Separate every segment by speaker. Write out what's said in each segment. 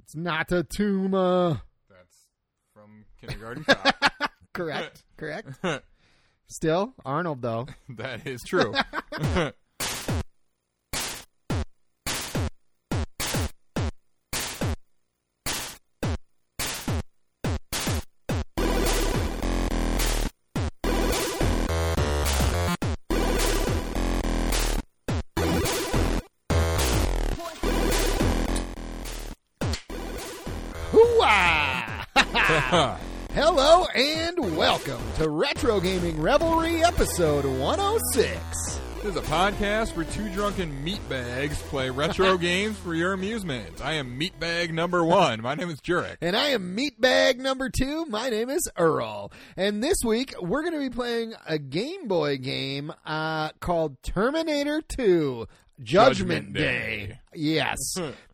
Speaker 1: It's not a tumor.
Speaker 2: That's from Kindergarten Cop.
Speaker 1: Correct. Correct. Still, Arnold, though.
Speaker 2: that is true.
Speaker 1: Hooah! Hello and welcome to Retro Gaming Revelry episode 106.
Speaker 2: This is a podcast where two drunken meatbags play retro games for your amusement. I am meatbag number one. My name is Jurek.
Speaker 1: And I am meatbag number two. My name is Earl. And this week we're going to be playing a Game Boy game uh, called Terminator 2 Judgment,
Speaker 2: Judgment Day.
Speaker 1: Day. Yes.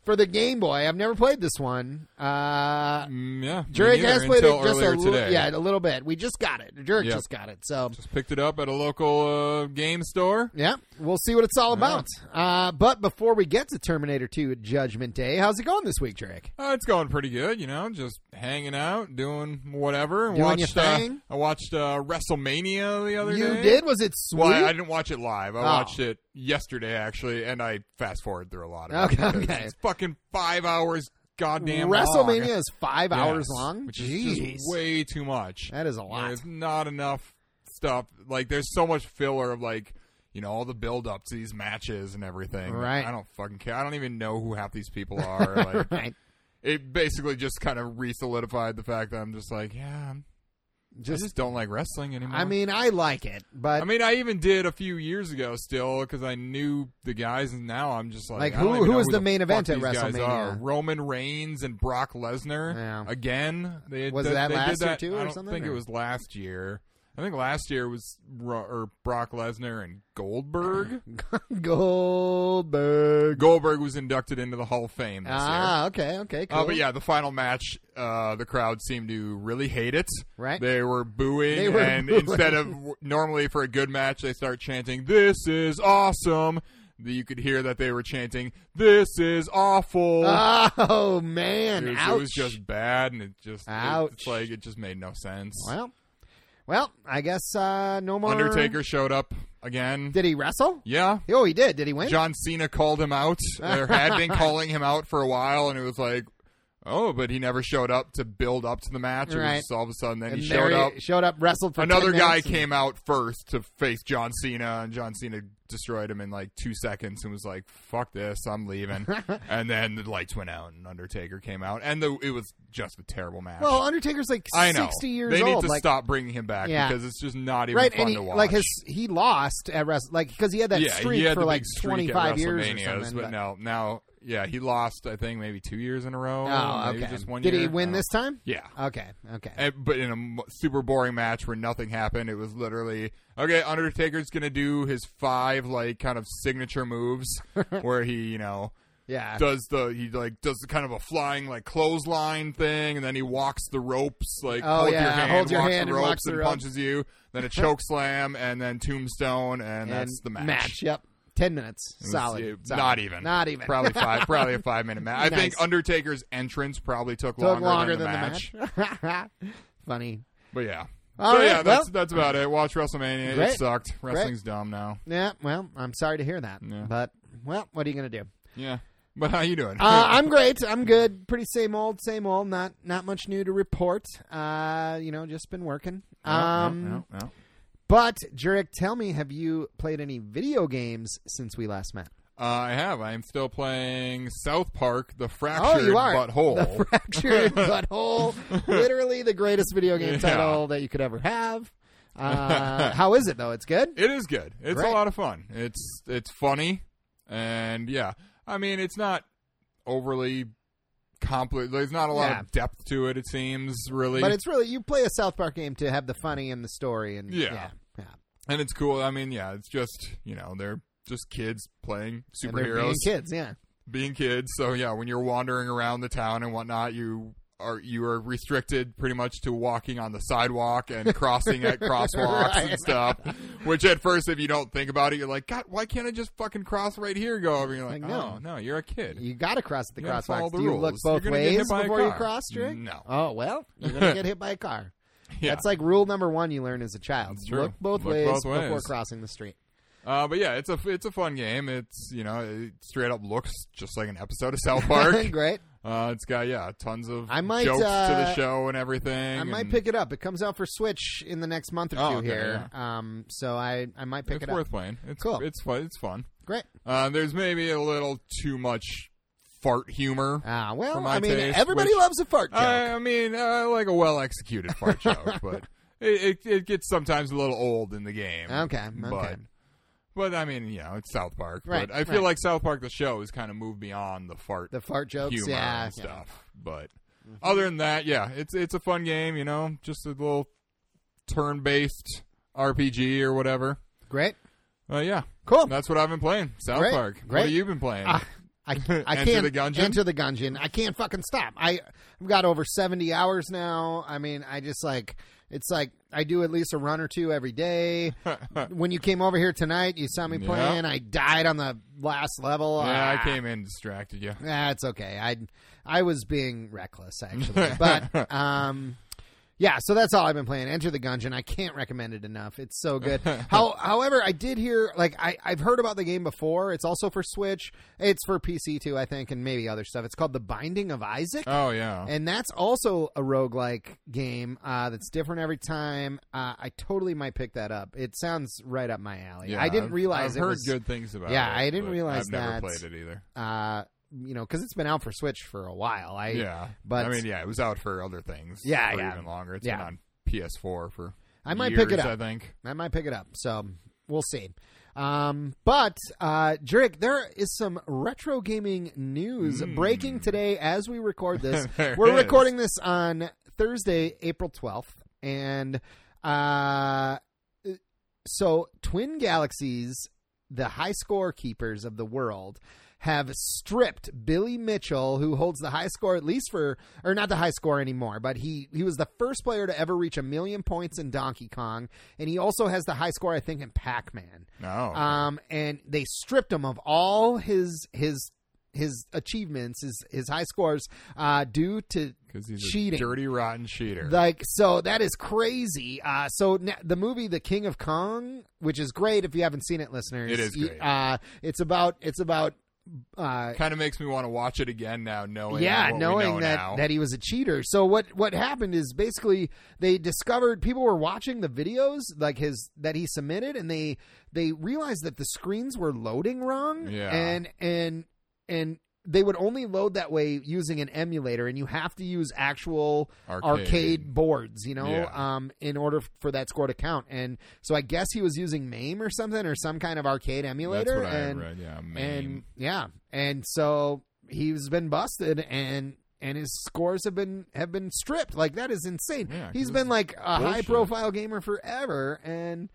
Speaker 1: For the Game Boy. I've never played this one. Uh,
Speaker 2: Mm, yeah, me
Speaker 1: Jurek
Speaker 2: neither
Speaker 1: has played
Speaker 2: until
Speaker 1: it just a
Speaker 2: earlier
Speaker 1: little,
Speaker 2: today.
Speaker 1: yeah, a little bit. We just got it. Jurek
Speaker 2: Yep.
Speaker 1: just got it. So
Speaker 2: Just picked it up at a local uh, game store.
Speaker 1: Yeah, we'll see what it's all about. Uh, but before we get to Terminator 2 Judgment Day, how's it going this week, Drake?
Speaker 2: Uh, it's going pretty good, you know, just hanging out, doing whatever.
Speaker 1: Doing your
Speaker 2: watched, uh,
Speaker 1: thing?
Speaker 2: I watched uh, WrestleMania the other
Speaker 1: You
Speaker 2: day.
Speaker 1: did? Was it sweet?
Speaker 2: Well, I, I didn't watch it live. I
Speaker 1: Oh.
Speaker 2: watched it yesterday, actually, and I fast forward through a lot of it.
Speaker 1: Okay,
Speaker 2: because
Speaker 1: okay.
Speaker 2: It's fucking five hours goddamn long.
Speaker 1: WrestleMania is five
Speaker 2: Yes,
Speaker 1: hours long.
Speaker 2: Which
Speaker 1: Jeez,
Speaker 2: is just way too much.
Speaker 1: that is a lot.
Speaker 2: There's not enough stuff. Like, there's so much filler of, like, you know, all the build up to these matches and everything.
Speaker 1: Right.
Speaker 2: I don't fucking care. I don't even know who half these people are. Like,
Speaker 1: right?
Speaker 2: it basically just kind of re solidified the fact that I'm just like, yeah, I'm-
Speaker 1: Just,
Speaker 2: I just don't like wrestling anymore.
Speaker 1: I mean, I like it, but
Speaker 2: I mean, I even did a few years ago still because I knew the guys, and now I'm just like,
Speaker 1: Like,
Speaker 2: I don't
Speaker 1: who-
Speaker 2: even
Speaker 1: who
Speaker 2: know
Speaker 1: was the
Speaker 2: the
Speaker 1: main
Speaker 2: fuck
Speaker 1: event at
Speaker 2: these guys
Speaker 1: WrestleMania?
Speaker 2: are. Roman Reigns and Brock Lesnar
Speaker 1: Yeah.
Speaker 2: again. They,
Speaker 1: Was
Speaker 2: they-
Speaker 1: that
Speaker 2: they did
Speaker 1: last year,
Speaker 2: that-
Speaker 1: too, or
Speaker 2: I don't
Speaker 1: something,
Speaker 2: think
Speaker 1: or-
Speaker 2: it was last year. I think last year was Ro- or Brock Lesnar and Goldberg.
Speaker 1: Goldberg.
Speaker 2: Goldberg was inducted into the Hall of Fame this year.
Speaker 1: Ah, okay, okay, cool.
Speaker 2: Uh, but yeah, the final match, uh, the crowd seemed to really hate it.
Speaker 1: Right.
Speaker 2: They were booing,
Speaker 1: They were
Speaker 2: and
Speaker 1: booing.
Speaker 2: instead of normally for a good match, they start chanting, This is awesome. You could hear that they were chanting, This is awful.
Speaker 1: Oh
Speaker 2: it,
Speaker 1: man,
Speaker 2: was,
Speaker 1: ouch.
Speaker 2: it was just bad, and it just,
Speaker 1: Ouch.
Speaker 2: it's like, it just made no sense.
Speaker 1: well, well, I guess uh, no more.
Speaker 2: Undertaker showed up again.
Speaker 1: Did he wrestle?
Speaker 2: yeah.
Speaker 1: Oh, he did. Did he win?
Speaker 2: John Cena called him out. There had been calling him out for a while, and it was like, oh, but he never showed up to build up to the match. It
Speaker 1: Right.
Speaker 2: was just all of a sudden, then
Speaker 1: and
Speaker 2: he
Speaker 1: there
Speaker 2: showed up.
Speaker 1: Showed up, wrestled for 10
Speaker 2: Another guy
Speaker 1: minutes and-
Speaker 2: came out first to face John Cena, and John Cena destroyed him in like two seconds and was like, "Fuck this, I'm leaving." and then the lights went out, and Undertaker came out, and the, it was just a terrible match.
Speaker 1: Well, Undertaker's like
Speaker 2: I know
Speaker 1: sixty years
Speaker 2: they need
Speaker 1: old.
Speaker 2: to
Speaker 1: like,
Speaker 2: stop bringing him back
Speaker 1: Yeah.
Speaker 2: because it's just not even
Speaker 1: right,
Speaker 2: fun
Speaker 1: and he,
Speaker 2: to watch.
Speaker 1: like his he lost at wrest like because he had that
Speaker 2: yeah,
Speaker 1: streak
Speaker 2: he had
Speaker 1: for
Speaker 2: the
Speaker 1: like
Speaker 2: big streak
Speaker 1: twenty
Speaker 2: at
Speaker 1: five years or
Speaker 2: WrestleManias,
Speaker 1: something.
Speaker 2: But, no, now, yeah, he lost. I think maybe two years in a row.
Speaker 1: oh,
Speaker 2: maybe
Speaker 1: okay.
Speaker 2: Just one
Speaker 1: Did
Speaker 2: year.
Speaker 1: he
Speaker 2: I
Speaker 1: win
Speaker 2: don't-
Speaker 1: this time?
Speaker 2: Yeah.
Speaker 1: Okay, okay.
Speaker 2: And- but in a m- super boring match where nothing happened, it was literally okay. Undertaker's gonna do his five like kind of signature moves, where he you know
Speaker 1: yeah,
Speaker 2: does the he like does the kind of a flying like clothesline thing, and then he walks the ropes like
Speaker 1: Oh,
Speaker 2: hold your
Speaker 1: yeah,
Speaker 2: hand,
Speaker 1: hold your
Speaker 2: walks
Speaker 1: hand
Speaker 2: the
Speaker 1: and
Speaker 2: ropes,
Speaker 1: walks the
Speaker 2: and
Speaker 1: rope.
Speaker 2: punches you. Then a choke slam, and then tombstone,
Speaker 1: and
Speaker 2: and, that's the
Speaker 1: Yep, ten minutes,
Speaker 2: it was-
Speaker 1: solid,
Speaker 2: it-
Speaker 1: solid.
Speaker 2: Not even.
Speaker 1: not even.
Speaker 2: Probably five. probably a five minute match. I
Speaker 1: Nice.
Speaker 2: think Undertaker's entrance probably took,
Speaker 1: took
Speaker 2: longer,
Speaker 1: longer
Speaker 2: than, the, match.
Speaker 1: match. Funny.
Speaker 2: But yeah.
Speaker 1: All
Speaker 2: so
Speaker 1: right,
Speaker 2: yeah, that's
Speaker 1: well-
Speaker 2: that's about it. Watch WrestleMania.
Speaker 1: Great.
Speaker 2: It sucked. Wrestling's dumb now.
Speaker 1: Yeah. Well, I'm sorry to hear that,
Speaker 2: Yeah.
Speaker 1: but well, what are you gonna do?
Speaker 2: Yeah. But how you doing?
Speaker 1: uh, I'm great. I'm good. Pretty same old, same old. Not not much new to report. Uh, you know, just been working. Um,
Speaker 2: no, no, no.
Speaker 1: but Jurek, tell me, have you played any video games since we last met?
Speaker 2: Uh, I have. I'm still playing South Park: The
Speaker 1: Oh,
Speaker 2: Fractured
Speaker 1: you are
Speaker 2: Butthole.
Speaker 1: The fractured butthole. Literally the greatest video game
Speaker 2: Yeah.
Speaker 1: title that you could ever have. Uh, how is it though? It's good.
Speaker 2: It is good. It's
Speaker 1: Great.
Speaker 2: a lot of fun. It's it's funny, and yeah, I mean it's not overly complex. There's not a lot
Speaker 1: Yeah.
Speaker 2: of depth to it. It seems really,
Speaker 1: But it's really you play a South Park game to have the funny and the story and
Speaker 2: Yeah.
Speaker 1: yeah, yeah.
Speaker 2: and it's cool. I mean, yeah, it's just you know they're just kids playing
Speaker 1: And they're being
Speaker 2: superheroes,
Speaker 1: kids, yeah.
Speaker 2: being kids. So yeah, when you're wandering around the town and whatnot, you are you are restricted pretty much to walking on the sidewalk and crossing at crosswalks and stuff. Which at first, if you don't think about it, you're like, God, why can't I just fucking cross right here? Go over. And you're like,
Speaker 1: Like,
Speaker 2: no,
Speaker 1: no.
Speaker 2: oh, no, you're a kid.
Speaker 1: You got to cross at the
Speaker 2: You gotta follow
Speaker 1: crosswalks.
Speaker 2: the
Speaker 1: Do you
Speaker 2: rules.
Speaker 1: look
Speaker 2: You're
Speaker 1: both
Speaker 2: gonna get hit
Speaker 1: ways
Speaker 2: by a
Speaker 1: before you
Speaker 2: car.
Speaker 1: cross, Drake?
Speaker 2: No.
Speaker 1: Oh well, you're gonna get hit by a car.
Speaker 2: Yeah.
Speaker 1: That's like rule number one you learn as a child.
Speaker 2: That's true.
Speaker 1: Look both
Speaker 2: Look
Speaker 1: ways
Speaker 2: both
Speaker 1: before
Speaker 2: ways.
Speaker 1: crossing the street.
Speaker 2: Uh, but yeah, it's a it's a fun game. It's you know it straight up looks just like an episode of South Park.
Speaker 1: Great.
Speaker 2: uh, it's got yeah tons of
Speaker 1: I might,
Speaker 2: jokes to
Speaker 1: uh,
Speaker 2: the show and everything.
Speaker 1: I might
Speaker 2: and
Speaker 1: pick it up. It comes out for Switch in the next month or two
Speaker 2: Oh, okay,
Speaker 1: here. Um, so I I might pick
Speaker 2: it's
Speaker 1: it
Speaker 2: worth
Speaker 1: up.
Speaker 2: playing. It's
Speaker 1: Cool.
Speaker 2: It's fun. It's fun.
Speaker 1: Great.
Speaker 2: Uh, there's maybe a little too much fart humor.
Speaker 1: Ah,
Speaker 2: For
Speaker 1: well,
Speaker 2: my
Speaker 1: I mean,
Speaker 2: taste,
Speaker 1: everybody
Speaker 2: which-
Speaker 1: loves a fart joke.
Speaker 2: I, I mean, I like a well executed fart joke, but it, it it gets sometimes a little old in the game.
Speaker 1: Okay, okay.
Speaker 2: But, but I mean, you know, it's South Park.
Speaker 1: Right,
Speaker 2: but I feel
Speaker 1: right.
Speaker 2: like South Park, the show, has kind of moved beyond the fart
Speaker 1: the fart jokes,
Speaker 2: humor
Speaker 1: yeah, Mm-hmm.
Speaker 2: and
Speaker 1: yeah.
Speaker 2: stuff. But other than that, yeah, it's it's a fun game, you know, just a little turn based RPG or whatever.
Speaker 1: Great.
Speaker 2: Uh, yeah,
Speaker 1: Cool.
Speaker 2: that's what I've been playing. South
Speaker 1: Great,
Speaker 2: Park.
Speaker 1: great.
Speaker 2: What have you been playing?
Speaker 1: Ah, I, I
Speaker 2: Enter
Speaker 1: can't
Speaker 2: the Gungeon?
Speaker 1: enter the Gungeon. I can't fucking stop. I, I've got over 70 hours now. I mean, I just like, it's like I do at least a run or two every day. when you came over here tonight, you saw me
Speaker 2: Yeah.
Speaker 1: playing. I died on the last level.
Speaker 2: yeah,
Speaker 1: Ah.
Speaker 2: I came in and distracted you.
Speaker 1: That's okay. I I was being reckless actually, but um, yeah. So that's all I've been playing. Enter the Gungeon. I can't recommend it enough. It's so good. How, however, I did hear like I I've heard about the game before. It's also for Switch. It's for PC too, I think, and maybe other stuff. It's called The Binding of Isaac.
Speaker 2: Oh yeah.
Speaker 1: And that's also a roguelike game uh, that's different every time. Uh, I totally might pick that up. It sounds right up my alley.
Speaker 2: yeah,
Speaker 1: I didn't
Speaker 2: I've-
Speaker 1: realize
Speaker 2: I've
Speaker 1: it
Speaker 2: heard
Speaker 1: was,
Speaker 2: good things about
Speaker 1: Yeah,
Speaker 2: it.
Speaker 1: I didn't
Speaker 2: but
Speaker 1: realize
Speaker 2: I've never
Speaker 1: that.
Speaker 2: played it either.
Speaker 1: uh, you know, because it's been out for Switch for a while. I
Speaker 2: yeah,
Speaker 1: but-
Speaker 2: I mean, yeah, it was out for other things.
Speaker 1: Yeah,
Speaker 2: for
Speaker 1: yeah.
Speaker 2: even longer. It's
Speaker 1: Yeah.
Speaker 2: been on PS4 for.
Speaker 1: I might pick it
Speaker 2: years,
Speaker 1: up.
Speaker 2: I think.
Speaker 1: I might pick it up. So we'll see. Um, but uh, Drake, there is some retro gaming news breaking today as we record this.
Speaker 2: There
Speaker 1: We're
Speaker 2: is.
Speaker 1: recording this on Thursday, April twelfth, and uh, so Twin Galaxies, the high score keepers of the world. Have stripped Billy Mitchell, who holds the high score at least for, or not the high score anymore, but he he was the first player to ever reach a million points in Donkey Kong, and he also has the high score, I think, in Pac Man.
Speaker 2: No.
Speaker 1: Um, and they stripped him of all his his his achievements, his his high scores, uh, due to
Speaker 2: because he's
Speaker 1: cheating.
Speaker 2: a dirty, rotten cheater.
Speaker 1: like so that is crazy. Uh, so na the movie The King of Kong, which is great if you haven't seen it, listeners.
Speaker 2: It is
Speaker 1: you-
Speaker 2: great.
Speaker 1: Uh, it's about it's about. Uh,
Speaker 2: kind of makes me want to watch it again now, knowing
Speaker 1: yeah,
Speaker 2: what we
Speaker 1: knowing
Speaker 2: know
Speaker 1: that
Speaker 2: now.
Speaker 1: that he was a cheater. So what what happened is basically they discovered people were watching the videos like his that he submitted, and they they realized that the screens were loading wrong.
Speaker 2: Yeah.
Speaker 1: and and and they would only load that way using an emulator, and you have to use actual
Speaker 2: Arcade.
Speaker 1: boards, you know,
Speaker 2: Yeah.
Speaker 1: um, in order for that score to count. And so I guess he was using MAME or something or some kind of arcade
Speaker 2: That's
Speaker 1: emulator.
Speaker 2: what I
Speaker 1: and
Speaker 2: read. Yeah,
Speaker 1: and
Speaker 2: man.
Speaker 1: yeah and so he's been busted and and his scores have been have been stripped like that is insane
Speaker 2: Yeah, 'cause
Speaker 1: he's
Speaker 2: it's
Speaker 1: been like a
Speaker 2: bullshit.
Speaker 1: high profile gamer forever and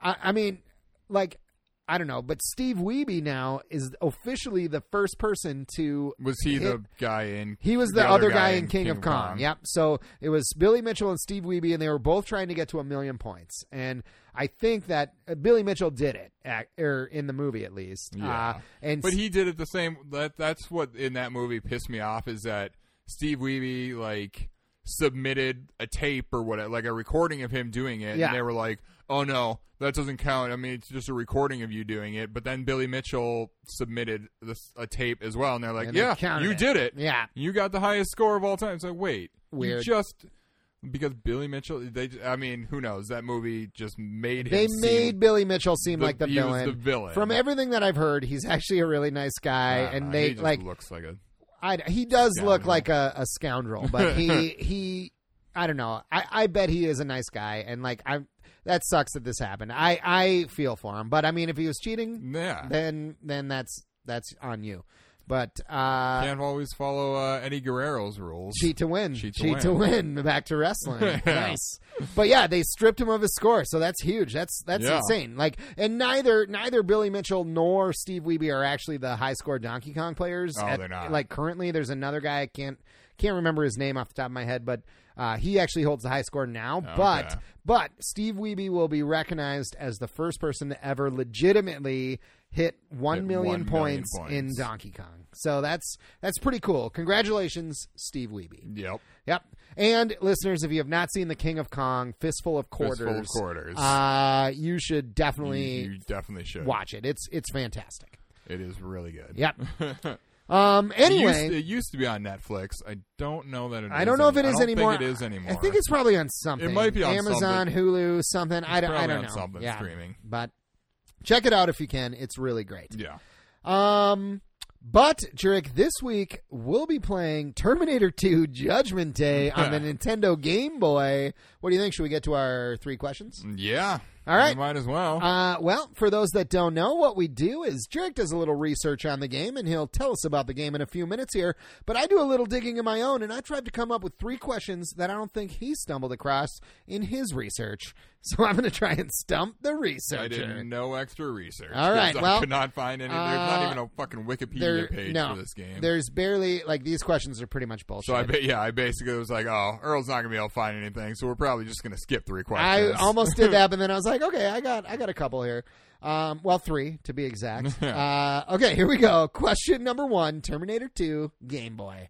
Speaker 1: i i mean like i don't know but steve weeby now is officially the first person to
Speaker 2: was he
Speaker 1: hit-
Speaker 2: the guy in?
Speaker 1: he was the, other guy, in King, of Kong. Yep. So it was Billy Mitchell and Steve Wiebe, and they were both trying to get to a million points. And I think that uh, Billy Mitchell did it, ac or in the movie at least. Uh,
Speaker 2: Yeah.
Speaker 1: and
Speaker 2: But he did it the same. That that's what in that movie pissed me off is that Steve Weeby like submitted a tape or what, like a recording of him doing it,
Speaker 1: Yeah.
Speaker 2: and they were like, "Oh no, that doesn't count." I mean, it's just a recording of you doing it. But then Billy Mitchell submitted this, a tape as well, and they're like,
Speaker 1: And they
Speaker 2: "Yeah,
Speaker 1: counted
Speaker 2: you
Speaker 1: it."
Speaker 2: did it.
Speaker 1: yeah,
Speaker 2: You got the highest score of all time." It's like, wait, you
Speaker 1: Weird.
Speaker 2: just because Billy Mitchell, they, I mean, who knows? That movie just made
Speaker 1: they
Speaker 2: him seem
Speaker 1: made Billy Mitchell seem
Speaker 2: the-
Speaker 1: like the
Speaker 2: he was
Speaker 1: villain.
Speaker 2: the villain.
Speaker 1: From everything that I've heard, he's actually a really nice guy,
Speaker 2: I don't
Speaker 1: and
Speaker 2: know,
Speaker 1: they
Speaker 2: he just
Speaker 1: like
Speaker 2: looks like a
Speaker 1: I, he does look
Speaker 2: Scoundrel.
Speaker 1: like a, a scoundrel, but he he I don't know. I, I bet he is a nice guy, and like I that sucks that this happened. I I feel for him, but I mean, if he was cheating,
Speaker 2: yeah.
Speaker 1: then then that's that's on you. But uh,
Speaker 2: Can't always follow uh, Eddie Guerrero's rules.
Speaker 1: cheat to win,
Speaker 2: Cheat to
Speaker 1: to win. Back to wrestling,
Speaker 2: Yeah.
Speaker 1: nice. But yeah, they stripped him of his score, so that's huge. That's that's
Speaker 2: Yeah.
Speaker 1: insane. Like, and neither neither Billy Mitchell nor Steve Wiebe are actually the high score Donkey Kong players.
Speaker 2: Oh, they're not.
Speaker 1: Like currently, there's another guy I can't can't remember his name off the top of my head, but uh, he actually holds the high score now. But
Speaker 2: Okay.
Speaker 1: but Steve Wiebe will be recognized as the first person to ever legitimately hit one
Speaker 2: Hit
Speaker 1: million
Speaker 2: 1 million
Speaker 1: points,
Speaker 2: points.
Speaker 1: in Donkey Kong. So that's that's pretty cool. Congratulations, Steve Wiebe.
Speaker 2: Yep.
Speaker 1: Yep. And listeners, if you have not seen The King of Kong, Fistful of Quarters,
Speaker 2: Fistful of quarters.
Speaker 1: Uh, you should
Speaker 2: you,
Speaker 1: definitely
Speaker 2: you definitely should.
Speaker 1: watch it. It's it's fantastic.
Speaker 2: It is really good.
Speaker 1: Yep. um. Anyway,
Speaker 2: it used, it used to be on Netflix. I don't know that it.
Speaker 1: I don't know if it
Speaker 2: I
Speaker 1: is
Speaker 2: don't think
Speaker 1: anymore.
Speaker 2: it is anymore.
Speaker 1: I think it's probably on something.
Speaker 2: It might be on
Speaker 1: Amazon, Hulu, something. I don't. I
Speaker 2: probably
Speaker 1: don't
Speaker 2: on
Speaker 1: know.
Speaker 2: something
Speaker 1: yeah.
Speaker 2: streaming.
Speaker 1: But check it out if you can. It's really great.
Speaker 2: Yeah.
Speaker 1: Um. But Jurek, this week we'll be playing Terminator 2: Judgment Day on the Nintendo Game Boy. What do you think? Should we get to our three questions?
Speaker 2: Yeah.
Speaker 1: All right.
Speaker 2: You might as well.
Speaker 1: Uh, well, for those that don't know, what we do is Jurek does a little research on the game, and he'll tell us about the game in a few minutes here. But I do a little digging of my own, and I tried to come up with three questions that I don't think he stumbled across in his research. So I'm going to try and stump the researcher.
Speaker 2: I did no extra research.
Speaker 1: All right,
Speaker 2: 'cause I
Speaker 1: well,
Speaker 2: could not find any. There's
Speaker 1: uh,
Speaker 2: not even a fucking Wikipedia
Speaker 1: There-
Speaker 2: page
Speaker 1: no,
Speaker 2: for this game.
Speaker 1: there's barely like these questions are pretty much bullshit.
Speaker 2: so I, ba- yeah, I basically was like, "Oh, Earl's not gonna be able to find anything, so we're probably just gonna skip three
Speaker 1: I
Speaker 2: questions."
Speaker 1: almost did that, but then I was like, okay, I got I got a couple here. Um, well, three to be exact. uh, okay, here we go. Question number one: Terminator Two, Game Boy.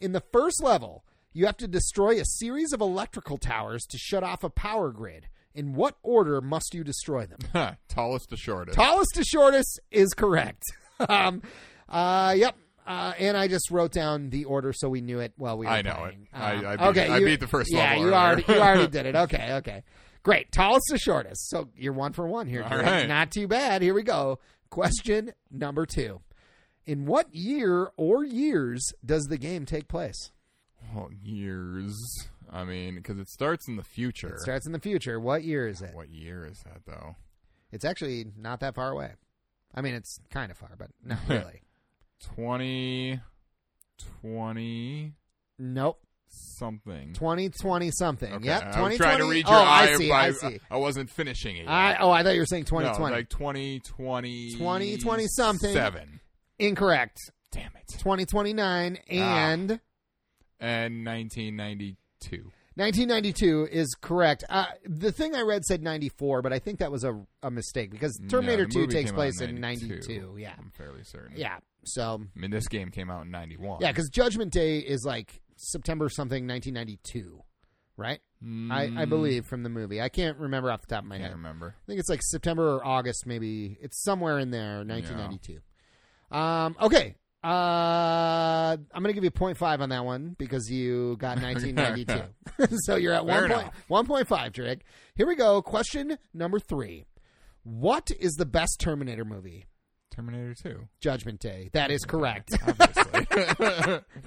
Speaker 1: In the first level, you have to destroy a series of electrical towers to shut off a power grid. In what order must you destroy them?
Speaker 2: Huh, tallest to shortest.
Speaker 1: Tallest to shortest is correct. um, uh, yep. Uh, and I just wrote down the order so we knew it while we were
Speaker 2: I know
Speaker 1: playing.
Speaker 2: it. I-
Speaker 1: Um,
Speaker 2: I beat- I beat the first
Speaker 1: yeah,
Speaker 2: level
Speaker 1: you
Speaker 2: earlier.
Speaker 1: already you already did it. Okay, okay, great. Tallest to shortest. So you're one for one here.
Speaker 2: All
Speaker 1: Greg.
Speaker 2: right.
Speaker 1: Not too bad. Here we go. Question number two: In what year or years does the game take place?
Speaker 2: Oh, years. I mean, because it starts in the future.
Speaker 1: It starts in the future. What year is it?
Speaker 2: what year is that though?
Speaker 1: It's actually not that far away. I mean, it's kind of far, but not really.
Speaker 2: Twenty, twenty
Speaker 1: nope.
Speaker 2: something.
Speaker 1: 2020 something.
Speaker 2: Okay,
Speaker 1: Yep.
Speaker 2: I was
Speaker 1: 2020.
Speaker 2: trying to read
Speaker 1: oh,
Speaker 2: your
Speaker 1: I
Speaker 2: eye,
Speaker 1: see.
Speaker 2: but
Speaker 1: I see.
Speaker 2: I wasn't finishing it. yet.
Speaker 1: I, oh, I thought you were saying 2020.
Speaker 2: No, like 2020.
Speaker 1: 2020 something.
Speaker 2: Seven.
Speaker 1: Incorrect.
Speaker 2: Damn it.
Speaker 1: 2029
Speaker 2: Ah.
Speaker 1: and
Speaker 2: And 1992.
Speaker 1: 1992 is correct. Uh, the thing I read said 94, but I think that was a, a mistake because Terminator
Speaker 2: No, the
Speaker 1: 2
Speaker 2: movie
Speaker 1: takes
Speaker 2: came out
Speaker 1: place
Speaker 2: in Mm-hmm.
Speaker 1: in 92. Yeah.
Speaker 2: I'm fairly certain.
Speaker 1: Yeah. So,
Speaker 2: I mean, this game came out in 91.
Speaker 1: yeah, because Judgment Day is like September something 1992, right?
Speaker 2: Mm.
Speaker 1: I, I believe from the movie. I can't remember off the top of my
Speaker 2: I
Speaker 1: head.
Speaker 2: Hmm, can't remember.
Speaker 1: I think it's like September or August, maybe. It's somewhere in there, 1992. Um, okay. Uh, I'm going to give you 0.5 on that one because you got 1992. so you're at
Speaker 2: Fair
Speaker 1: one point, 1.5, Drake. Here we go. Question number three. What is the best Terminator movie?
Speaker 2: Terminator 2.
Speaker 1: Judgment Day. That is correct.
Speaker 2: Obviously.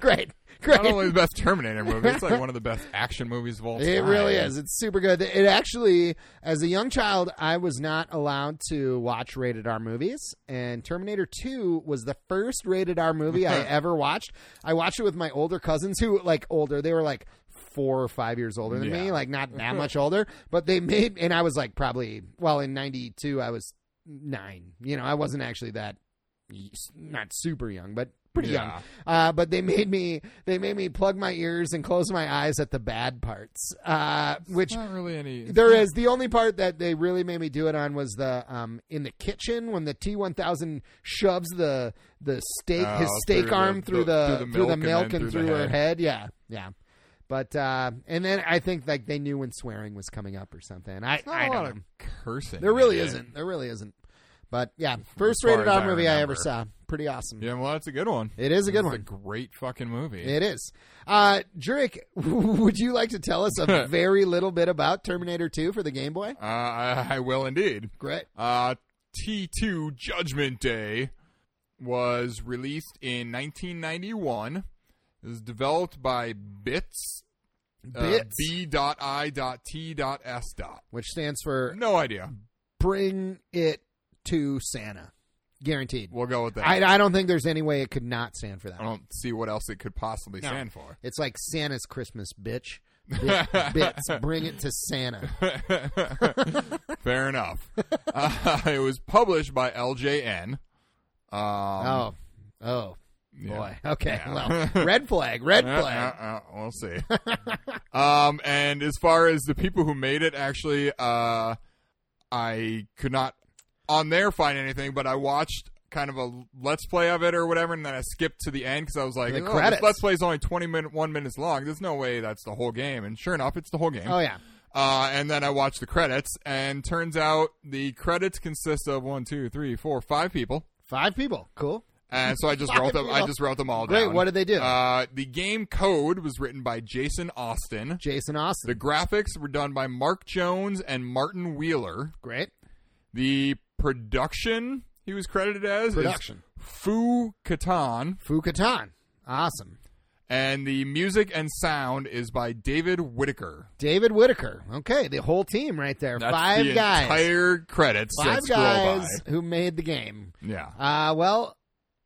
Speaker 1: great.
Speaker 2: Not
Speaker 1: Great.
Speaker 2: only the best Terminator movie, it's like one of the best action movies of all time.
Speaker 1: It really is. It's super good. It actually, as a young child, I was not allowed to watch rated R movies, and Terminator 2 was the first rated R movie I ever watched. I watched it with my older cousins who, like, older. They were like four or five years older than me,
Speaker 2: Yeah.
Speaker 1: like, not that much older, but they made, and I was like probably, well, in 92, I was nine. You know, I wasn't actually that, not super young, but pretty young.
Speaker 2: Yeah.
Speaker 1: Uh, but they made me they made me plug my ears and close my eyes at the bad parts, uh, which
Speaker 2: It's not really any.
Speaker 1: there is the only part that they really made me do it on was the um, in the kitchen when the T one thousand shoves the the steak his
Speaker 2: Oh,
Speaker 1: steak
Speaker 2: through the-
Speaker 1: arm through the through the, milk and,
Speaker 2: then
Speaker 1: through,
Speaker 2: through the
Speaker 1: her head.
Speaker 2: head.
Speaker 1: Yeah, yeah. But uh, and then I think like they knew when swearing was coming up or something. I,
Speaker 2: Not
Speaker 1: I
Speaker 2: a
Speaker 1: don't
Speaker 2: lot
Speaker 1: know.
Speaker 2: of cursing.
Speaker 1: there really
Speaker 2: in it.
Speaker 1: isn't. There really isn't. But yeah,
Speaker 2: as
Speaker 1: first
Speaker 2: far
Speaker 1: rated
Speaker 2: as
Speaker 1: R
Speaker 2: I
Speaker 1: movie I ever saw.
Speaker 2: remember.
Speaker 1: Pretty awesome.
Speaker 2: Yeah, well, that's a good one.
Speaker 1: It is a good
Speaker 2: It's
Speaker 1: one.
Speaker 2: a great fucking movie.
Speaker 1: It is. Uh, Jurek, would you like to tell us a very little bit about Terminator 2 for the Game Boy?
Speaker 2: Uh, I, I will indeed.
Speaker 1: Great.
Speaker 2: Uh, T2 Judgment Day was released in 1991. It was developed by Bits. Uh,
Speaker 1: Bits.
Speaker 2: B.I.T.S.
Speaker 1: Which stands for
Speaker 2: No idea.
Speaker 1: Bring It to Santa. Guaranteed.
Speaker 2: We'll go with that.
Speaker 1: I, I don't think there's any way it could not stand for that.
Speaker 2: I don't see what else it could possibly
Speaker 1: No.
Speaker 2: stand for.
Speaker 1: It's like Santa's Christmas, bitch. Bit, bits. Bring it to Santa.
Speaker 2: Fair enough. Uh, it was published by LJN. Um,
Speaker 1: Oh. Oh.
Speaker 2: Yeah.
Speaker 1: Boy. Okay.
Speaker 2: Yeah.
Speaker 1: Well, red flag. Red
Speaker 2: Uh,
Speaker 1: flag.
Speaker 2: uh, uh, we'll see. um, and as far as the people who made it, actually, uh, I could not on there find anything, but I watched kind of a let's play of it or whatever, and then I skipped to the end because I was like,
Speaker 1: The
Speaker 2: oh, this
Speaker 1: credits.
Speaker 2: let's play is only twenty minute, one minutes long. There's no way that's the whole game, and sure enough, it's the whole game.
Speaker 1: Oh yeah.
Speaker 2: Uh, and then I watched the credits, and turns out the credits consist of one, two, three, four, five people.
Speaker 1: Five people. Cool.
Speaker 2: And so I just
Speaker 1: Five
Speaker 2: wrote them. I
Speaker 1: people.
Speaker 2: just wrote them all
Speaker 1: Great.
Speaker 2: down.
Speaker 1: What did they do?
Speaker 2: Uh, the game code was written by Jason Austin.
Speaker 1: Jason Austin.
Speaker 2: The graphics were done by Mark Jones and Martin Wheeler.
Speaker 1: Great.
Speaker 2: The production he was credited as
Speaker 1: Production.
Speaker 2: is Fu Katan,
Speaker 1: Fukatan. Awesome.
Speaker 2: and the music and sound is by David Whitaker.
Speaker 1: David Whitaker. Okay, the whole team right there.
Speaker 2: That's
Speaker 1: Five
Speaker 2: the
Speaker 1: guys.
Speaker 2: entire credits.
Speaker 1: Five
Speaker 2: that scroll
Speaker 1: guys
Speaker 2: by.
Speaker 1: who made the game.
Speaker 2: Yeah.
Speaker 1: Uh, well,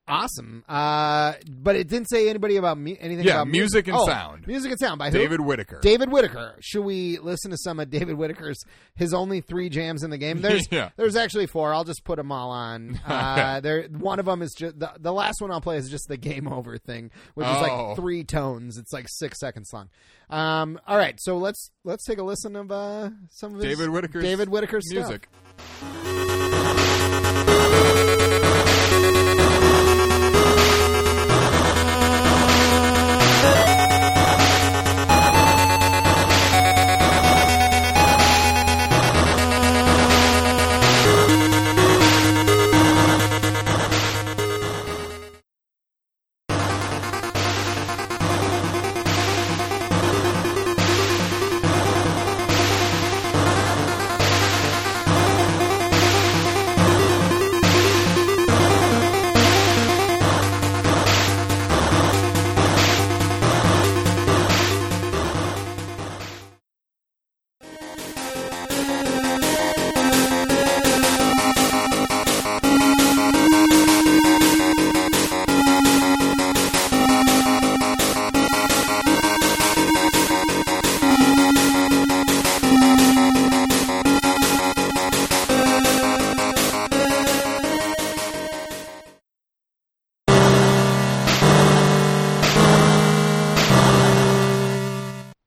Speaker 1: awesome. Uh, but it didn't say anybody about mu- anything.
Speaker 2: Yeah,
Speaker 1: about mu-
Speaker 2: music and
Speaker 1: Oh,
Speaker 2: sound.
Speaker 1: Music and sound by who?
Speaker 2: David Whitaker.
Speaker 1: David Whitaker. Should we listen to some of David Whitaker's his only three jams in the game? There's
Speaker 2: Yeah.
Speaker 1: there's actually four. I'll just put them all on. Uh, there one of them is just the, the last one I'll play is just the game over thing, which is
Speaker 2: Oh.
Speaker 1: like three tones. It's like six seconds long. Um, all right, so let's let's take a listen of uh, some of his,
Speaker 2: David Whitaker's
Speaker 1: David Whitaker's stuff.
Speaker 2: music.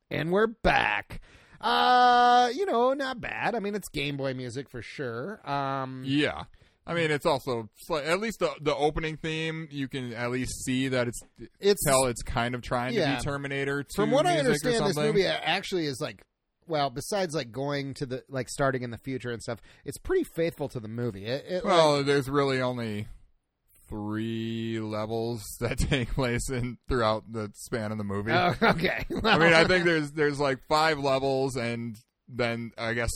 Speaker 1: And we're back. Uh, you know, not bad. I mean, it's Game Boy music for sure. Um,
Speaker 2: Yeah. I mean, it's also sli- at least the the opening theme. You can at least see that it's
Speaker 1: it's
Speaker 2: tell it's kind of trying to
Speaker 1: Yeah.
Speaker 2: be Terminator. 2
Speaker 1: from what I
Speaker 2: music or
Speaker 1: understand, this
Speaker 2: something.
Speaker 1: movie uh, actually is like, well, besides like going to the like starting in the future and stuff, it's pretty faithful to the movie. It, it, like-
Speaker 2: Well, there's really only three levels that take place in throughout the span of the movie.
Speaker 1: Oh, okay.
Speaker 2: I mean, I think there's there's like five levels, and then I guess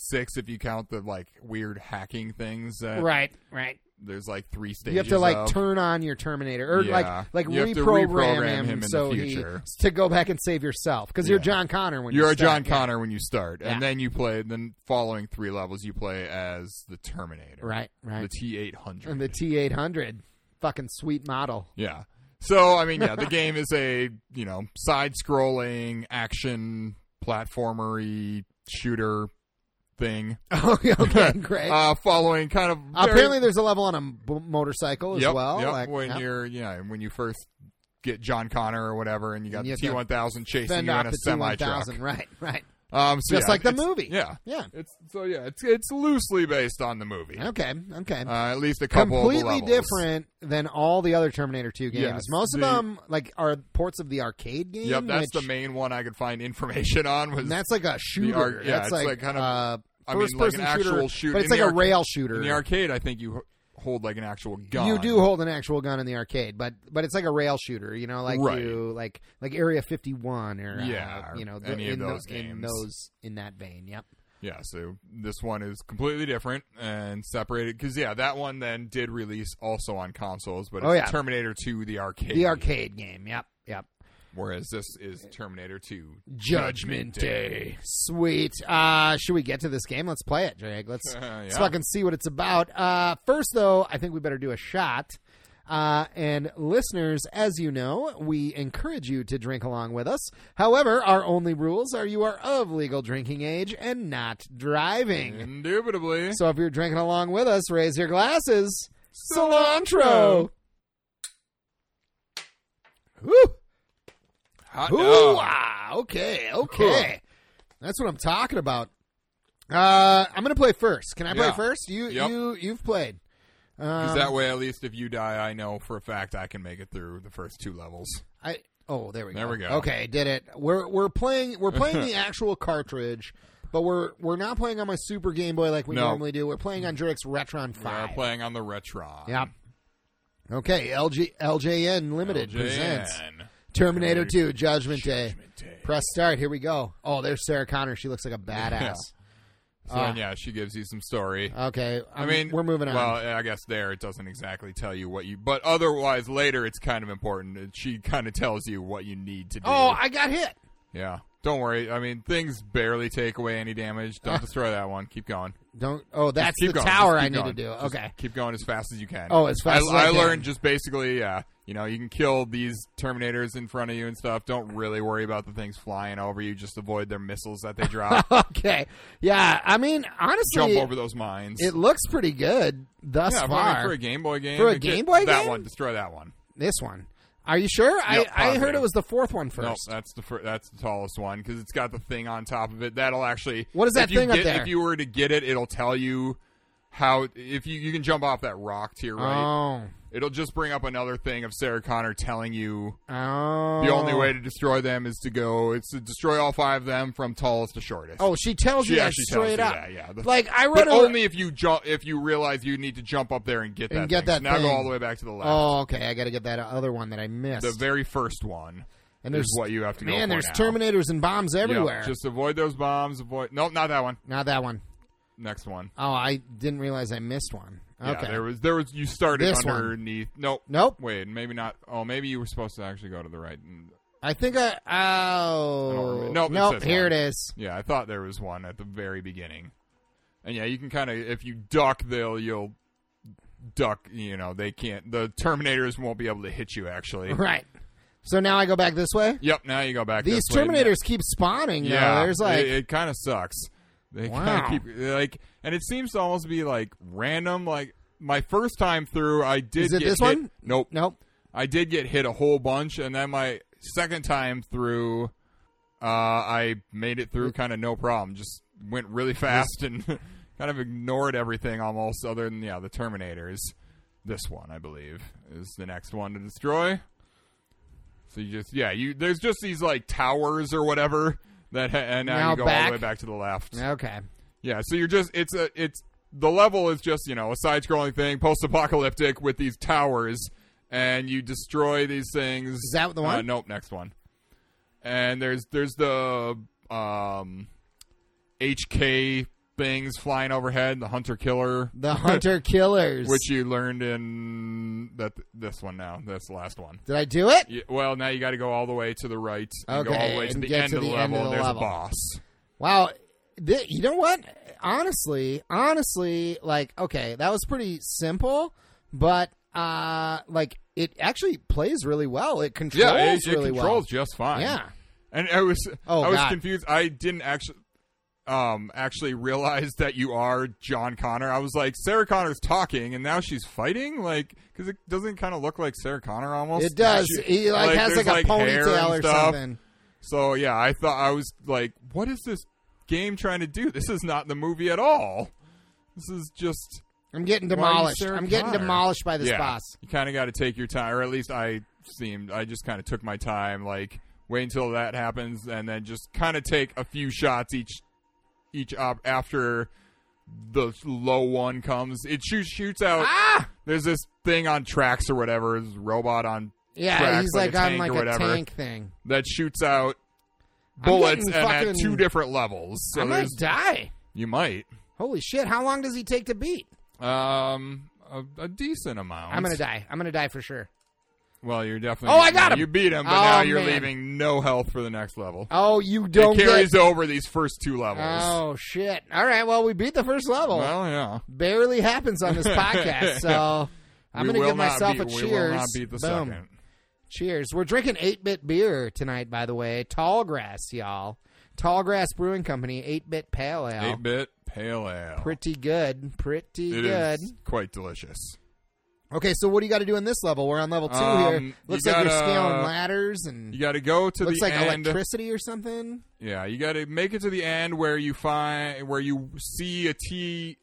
Speaker 2: six if you count the like weird hacking things. That
Speaker 1: right, right.
Speaker 2: There's like three stages.
Speaker 1: You have to like
Speaker 2: of.
Speaker 1: turn on your Terminator or
Speaker 2: Yeah.
Speaker 1: like like
Speaker 2: You have to
Speaker 1: reprogram,
Speaker 2: reprogram him in the
Speaker 1: so
Speaker 2: future.
Speaker 1: he to go back and save yourself because you're
Speaker 2: Yeah.
Speaker 1: John Connor when
Speaker 2: You're
Speaker 1: you
Speaker 2: a John
Speaker 1: start. Yeah.
Speaker 2: Connor when you start,
Speaker 1: Yeah.
Speaker 2: and then you play. Then following three levels, you play as the Terminator,
Speaker 1: Right,
Speaker 2: The
Speaker 1: right.
Speaker 2: T eight hundred,
Speaker 1: and the T eight hundred, fucking sweet model.
Speaker 2: yeah. So I mean, yeah, the game is a you know side scrolling action platformery shooter thing,
Speaker 1: Oh, okay, great.
Speaker 2: uh, following kind of very-
Speaker 1: Apparently, there's a level on a m- motorcycle as
Speaker 2: Yep,
Speaker 1: well.
Speaker 2: yep,
Speaker 1: like,
Speaker 2: when
Speaker 1: yeah.
Speaker 2: you're yeah when you first get John Connor or whatever, and you got
Speaker 1: And you
Speaker 2: the T
Speaker 1: have
Speaker 2: one thousand chasing
Speaker 1: fend
Speaker 2: you in
Speaker 1: off
Speaker 2: a
Speaker 1: the
Speaker 2: semi truck,
Speaker 1: T1000. Right, right.
Speaker 2: um, so
Speaker 1: Just
Speaker 2: yeah,
Speaker 1: like the
Speaker 2: it's-
Speaker 1: movie.
Speaker 2: yeah.
Speaker 1: Yeah.
Speaker 2: It's so yeah, it's it's loosely based on the movie.
Speaker 1: Okay. Okay.
Speaker 2: Uh, at least a couple
Speaker 1: Completely
Speaker 2: of the levels.
Speaker 1: different than all the other Terminator 2 games.
Speaker 2: Yes,
Speaker 1: Most of
Speaker 2: the-
Speaker 1: them like are ports of the arcade game.
Speaker 2: Yep, that's
Speaker 1: which-
Speaker 2: the main one I could find information on. Was
Speaker 1: and that's like a shooter.
Speaker 2: ar- yeah,
Speaker 1: that's
Speaker 2: it's
Speaker 1: like,
Speaker 2: like kind of-
Speaker 1: uh,
Speaker 2: I mean,
Speaker 1: first
Speaker 2: like
Speaker 1: person
Speaker 2: an actual shoot-
Speaker 1: But it's
Speaker 2: in
Speaker 1: like
Speaker 2: the
Speaker 1: a
Speaker 2: arcade-
Speaker 1: rail
Speaker 2: in
Speaker 1: shooter.
Speaker 2: the arcade? I think you h- hold like an actual gun.
Speaker 1: You do hold an actual gun in the arcade, but but it's like a rail shooter, you know, like
Speaker 2: Right.
Speaker 1: you like like Area 51 or uh,
Speaker 2: Yeah,
Speaker 1: you know,
Speaker 2: any of
Speaker 1: in tho-
Speaker 2: those
Speaker 1: in
Speaker 2: games.
Speaker 1: those in that vein. Yep.
Speaker 2: Yeah, so this one is completely different and separated because yeah, that one then did release also on consoles, but it's
Speaker 1: Oh, yeah.
Speaker 2: Terminator Two: The Arcade.
Speaker 1: The arcade game. Yep. Yep.
Speaker 2: Whereas this is Terminator Two:
Speaker 1: Judgment Day. Sweet. Uh, should we get to this game? Let's play it, Drake. Let's,
Speaker 2: Uh, yeah.
Speaker 1: let's fucking see what it's about. Uh, first, though, I think we better do a shot. Uh, and listeners, as you know, we encourage you to drink along with us. However, our only rules are you are of legal drinking age and not driving.
Speaker 2: Indubitably.
Speaker 1: So if you're drinking along with us, raise your glasses. Cilantro. Woo!
Speaker 2: Hot
Speaker 1: Ooh,
Speaker 2: dog.
Speaker 1: ah, okay, okay. That's what I'm talking about. Uh, I'm gonna play first. Can I play
Speaker 2: Yeah.
Speaker 1: first? You,
Speaker 2: Yep.
Speaker 1: you, you've played.
Speaker 2: 'Cause
Speaker 1: Um,
Speaker 2: that way, at least if you die, I know for a fact I can make it through the first two levels.
Speaker 1: I oh, there we go.
Speaker 2: There we go.
Speaker 1: Okay, did it. We're we're playing we're playing the actual cartridge, but we're we're not playing on my Super Game Boy like we
Speaker 2: No.
Speaker 1: normally do. We're playing on Jurex Retron
Speaker 2: We're
Speaker 1: Five.
Speaker 2: playing on the Retron.
Speaker 1: Yep. Okay, LG, LJN Limited presents
Speaker 2: LJN.
Speaker 1: Terminator 2 Judgment Day.
Speaker 2: Judgment Day.
Speaker 1: Press start. Here we go. Oh, there's Sarah Connor. She looks like a badass.
Speaker 2: So then, yeah, she gives you some story.
Speaker 1: Okay,
Speaker 2: I mean,
Speaker 1: uh, we're moving on.
Speaker 2: Well, I guess there it doesn't exactly tell you what you, but otherwise later it's kind of important. It- She kind of tells you what you need to do.
Speaker 1: oh, I got hit.
Speaker 2: yeah. Don't worry. I mean, things barely take away any damage. Don't destroy that one. Keep going.
Speaker 1: Don't. Oh, that's
Speaker 2: Keep
Speaker 1: the
Speaker 2: going.
Speaker 1: tower
Speaker 2: Just keep
Speaker 1: I need
Speaker 2: going.
Speaker 1: to do.
Speaker 2: Just
Speaker 1: okay.
Speaker 2: keep going as fast as you can.
Speaker 1: Oh, as fast
Speaker 2: I,
Speaker 1: as I can.
Speaker 2: learned just basically, yeah, you know, you can kill these Terminators in front of you and stuff. Don't really worry about the things flying over you. Just avoid their missiles that they drop.
Speaker 1: Okay. Yeah. I mean,
Speaker 2: Jump
Speaker 1: honestly,
Speaker 2: over those mines.
Speaker 1: it looks pretty good thus
Speaker 2: yeah, but I mean,
Speaker 1: far.
Speaker 2: for a Game Boy game.
Speaker 1: For a
Speaker 2: it could-
Speaker 1: Game Boy
Speaker 2: that
Speaker 1: game?
Speaker 2: one. Destroy that one.
Speaker 1: This one. Are you sure?
Speaker 2: Yep,
Speaker 1: I, I heard
Speaker 2: positive.
Speaker 1: it was the fourth one
Speaker 2: No,
Speaker 1: first.
Speaker 2: that's the fir- that's the tallest one because it's got the thing on top of it. That'll actually
Speaker 1: What is that
Speaker 2: if you
Speaker 1: thing up
Speaker 2: get-
Speaker 1: there?
Speaker 2: If you were to get it, it'll tell you how if you you can jump off that rock to your
Speaker 1: Oh.
Speaker 2: right. It'll just bring up another thing of Sarah Connor telling you
Speaker 1: Oh. Oh.
Speaker 2: the only way to destroy them is to go it's to destroy all five of them from tallest to shortest.
Speaker 1: Oh, she tells
Speaker 2: She
Speaker 1: you that
Speaker 2: actually
Speaker 1: straight
Speaker 2: tells
Speaker 1: up.
Speaker 2: you that, yeah. The-
Speaker 1: Like I read
Speaker 2: but
Speaker 1: a-
Speaker 2: only if you jump if you realize you need to jump up there and get
Speaker 1: And
Speaker 2: that.
Speaker 1: get that
Speaker 2: thing. So now
Speaker 1: thing.
Speaker 2: go all the way back to the left.
Speaker 1: Oh, okay. I got to get that other one that I missed.
Speaker 2: The very first one
Speaker 1: and there's
Speaker 2: is what you have to go for
Speaker 1: man, there's
Speaker 2: now.
Speaker 1: Terminators and bombs
Speaker 2: Yeah,
Speaker 1: everywhere.
Speaker 2: just avoid those bombs. Avoid no, not that one.
Speaker 1: Not that one.
Speaker 2: Next one.
Speaker 1: Oh, I didn't realize I missed one. Okay.
Speaker 2: Yeah, there was there was you started
Speaker 1: This one.
Speaker 2: underneath. Nope.
Speaker 1: nope.
Speaker 2: Wait, maybe not. Oh, maybe you were supposed to actually go to the right. and-
Speaker 1: I think I.
Speaker 2: don't
Speaker 1: Oh.
Speaker 2: remember. Nope, it
Speaker 1: Nope.
Speaker 2: says
Speaker 1: Here it
Speaker 2: one.
Speaker 1: is.
Speaker 2: Yeah, I thought there was one at the very beginning. And yeah, you can kind of if you duck, they'll you'll duck. You know they can't. The Terminators won't be able to hit you actually.
Speaker 1: Right. So now I go back this way.
Speaker 2: Yep. Now you go back.
Speaker 1: These
Speaker 2: this way.
Speaker 1: Terminators keep spawning. though.
Speaker 2: Yeah,
Speaker 1: There's like.
Speaker 2: it, it kind of sucks. They
Speaker 1: Wow.
Speaker 2: kind of keep like, and it seems to almost be like random. Like my first time through, I did
Speaker 1: Is it
Speaker 2: get
Speaker 1: this
Speaker 2: hit-
Speaker 1: one?
Speaker 2: Nope.
Speaker 1: nope.
Speaker 2: I did get hit a whole bunch, and then my second time through, uh, I made it through kind of no problem. Just went really fast and kind of ignored everything almost, other than yeah, the Terminators. This one, I believe, is the next one to destroy. So you just yeah, you there's just these like towers or whatever that, ha- and now,
Speaker 1: Now
Speaker 2: you go all
Speaker 1: back.
Speaker 2: the way back to the left.
Speaker 1: Okay.
Speaker 2: Yeah, so you're just it's a it's the level is just, you know, a side scrolling thing, post apocalyptic with these towers and you destroy these things.
Speaker 1: Is that the
Speaker 2: Uh,
Speaker 1: one?
Speaker 2: nope, next one. And there's there's the um HK things flying overhead, the hunter killer
Speaker 1: The Hunter Killers.
Speaker 2: which you learned in that this one now, this last one.
Speaker 1: did I do it?
Speaker 2: Yeah, well, now you got to go all the way to the right and go
Speaker 1: Okay,
Speaker 2: all the way to
Speaker 1: and
Speaker 2: the
Speaker 1: get
Speaker 2: end
Speaker 1: to
Speaker 2: of the
Speaker 1: the end
Speaker 2: level.
Speaker 1: of the
Speaker 2: and there's
Speaker 1: level.
Speaker 2: a boss.
Speaker 1: Wow. Th- you know what? Honestly, honestly, like, okay, that was pretty simple, but, uh, like, it actually plays really well. It controls
Speaker 2: Yeah, it, it
Speaker 1: really
Speaker 2: controls just fine.
Speaker 1: well. Yeah.
Speaker 2: And I was
Speaker 1: Oh,
Speaker 2: I was
Speaker 1: God.
Speaker 2: confused. I didn't actually um actually realize that you are John Connor. I was like Sarah Connor's talking and now she's fighting like cuz it doesn't kind of look like Sarah Connor almost.
Speaker 1: It does.
Speaker 2: She-
Speaker 1: he, like, has,
Speaker 2: there's,
Speaker 1: like, a
Speaker 2: hair and
Speaker 1: ponytail or
Speaker 2: stuff.
Speaker 1: something.
Speaker 2: So yeah, I thought I was like what is this game trying to do? This is not the movie at all. This is just
Speaker 1: I'm getting
Speaker 2: Why are you
Speaker 1: demolished.
Speaker 2: Sarah
Speaker 1: I'm getting
Speaker 2: Connor?
Speaker 1: demolished by this
Speaker 2: yeah,
Speaker 1: boss.
Speaker 2: You kind of got to take your time, or at least I seemed. I just kind of took my time, like wait until that happens, and then just kind of take a few shots each, each up after the low one comes. It shoots shoots out.
Speaker 1: Ah!
Speaker 2: There's this thing on tracks or whatever, this robot on
Speaker 1: Yeah,
Speaker 2: tracks,
Speaker 1: he's like,
Speaker 2: like a
Speaker 1: on
Speaker 2: tank
Speaker 1: like
Speaker 2: or
Speaker 1: a
Speaker 2: whatever.
Speaker 1: tank thing.
Speaker 2: that shoots out
Speaker 1: getting
Speaker 2: bullets and at
Speaker 1: fucking-
Speaker 2: two different levels. So
Speaker 1: I might
Speaker 2: there's
Speaker 1: die.
Speaker 2: you might
Speaker 1: Holy shit, how long does he take to beat?
Speaker 2: um a, a decent amount.
Speaker 1: I'm gonna die. I'm gonna die for sure.
Speaker 2: Well, you're definitely.
Speaker 1: Oh, I got him!
Speaker 2: You beat him, but
Speaker 1: Oh,
Speaker 2: now you're
Speaker 1: man.
Speaker 2: leaving no health for the next level.
Speaker 1: Oh, you don't
Speaker 2: it carries
Speaker 1: get.
Speaker 2: over these first two levels.
Speaker 1: Oh shit! All right, well we beat the first level.
Speaker 2: well, yeah.
Speaker 1: barely happens on this podcast. So I'm
Speaker 2: We
Speaker 1: going to
Speaker 2: will
Speaker 1: give
Speaker 2: not
Speaker 1: myself
Speaker 2: beat-
Speaker 1: a cheers.
Speaker 2: We will not beat the
Speaker 1: Boom.
Speaker 2: second.
Speaker 1: Cheers. We're drinking 8 bit beer tonight, by the way. Tallgrass, y'all. Tallgrass Brewing Company, 8 bit pale ale.
Speaker 2: Eight bit pale ale.
Speaker 1: Pretty good. Pretty
Speaker 2: It
Speaker 1: good.
Speaker 2: is quite delicious.
Speaker 1: Okay, so what do you got to do in this level? We're on level two
Speaker 2: Um,
Speaker 1: here.
Speaker 2: you
Speaker 1: Looks like you're
Speaker 2: gotta-
Speaker 1: scaling ladders and
Speaker 2: You got to go to
Speaker 1: looks
Speaker 2: the
Speaker 1: like
Speaker 2: end.
Speaker 1: electricity or something.
Speaker 2: Yeah, you got to make it to the end where you find where you see a T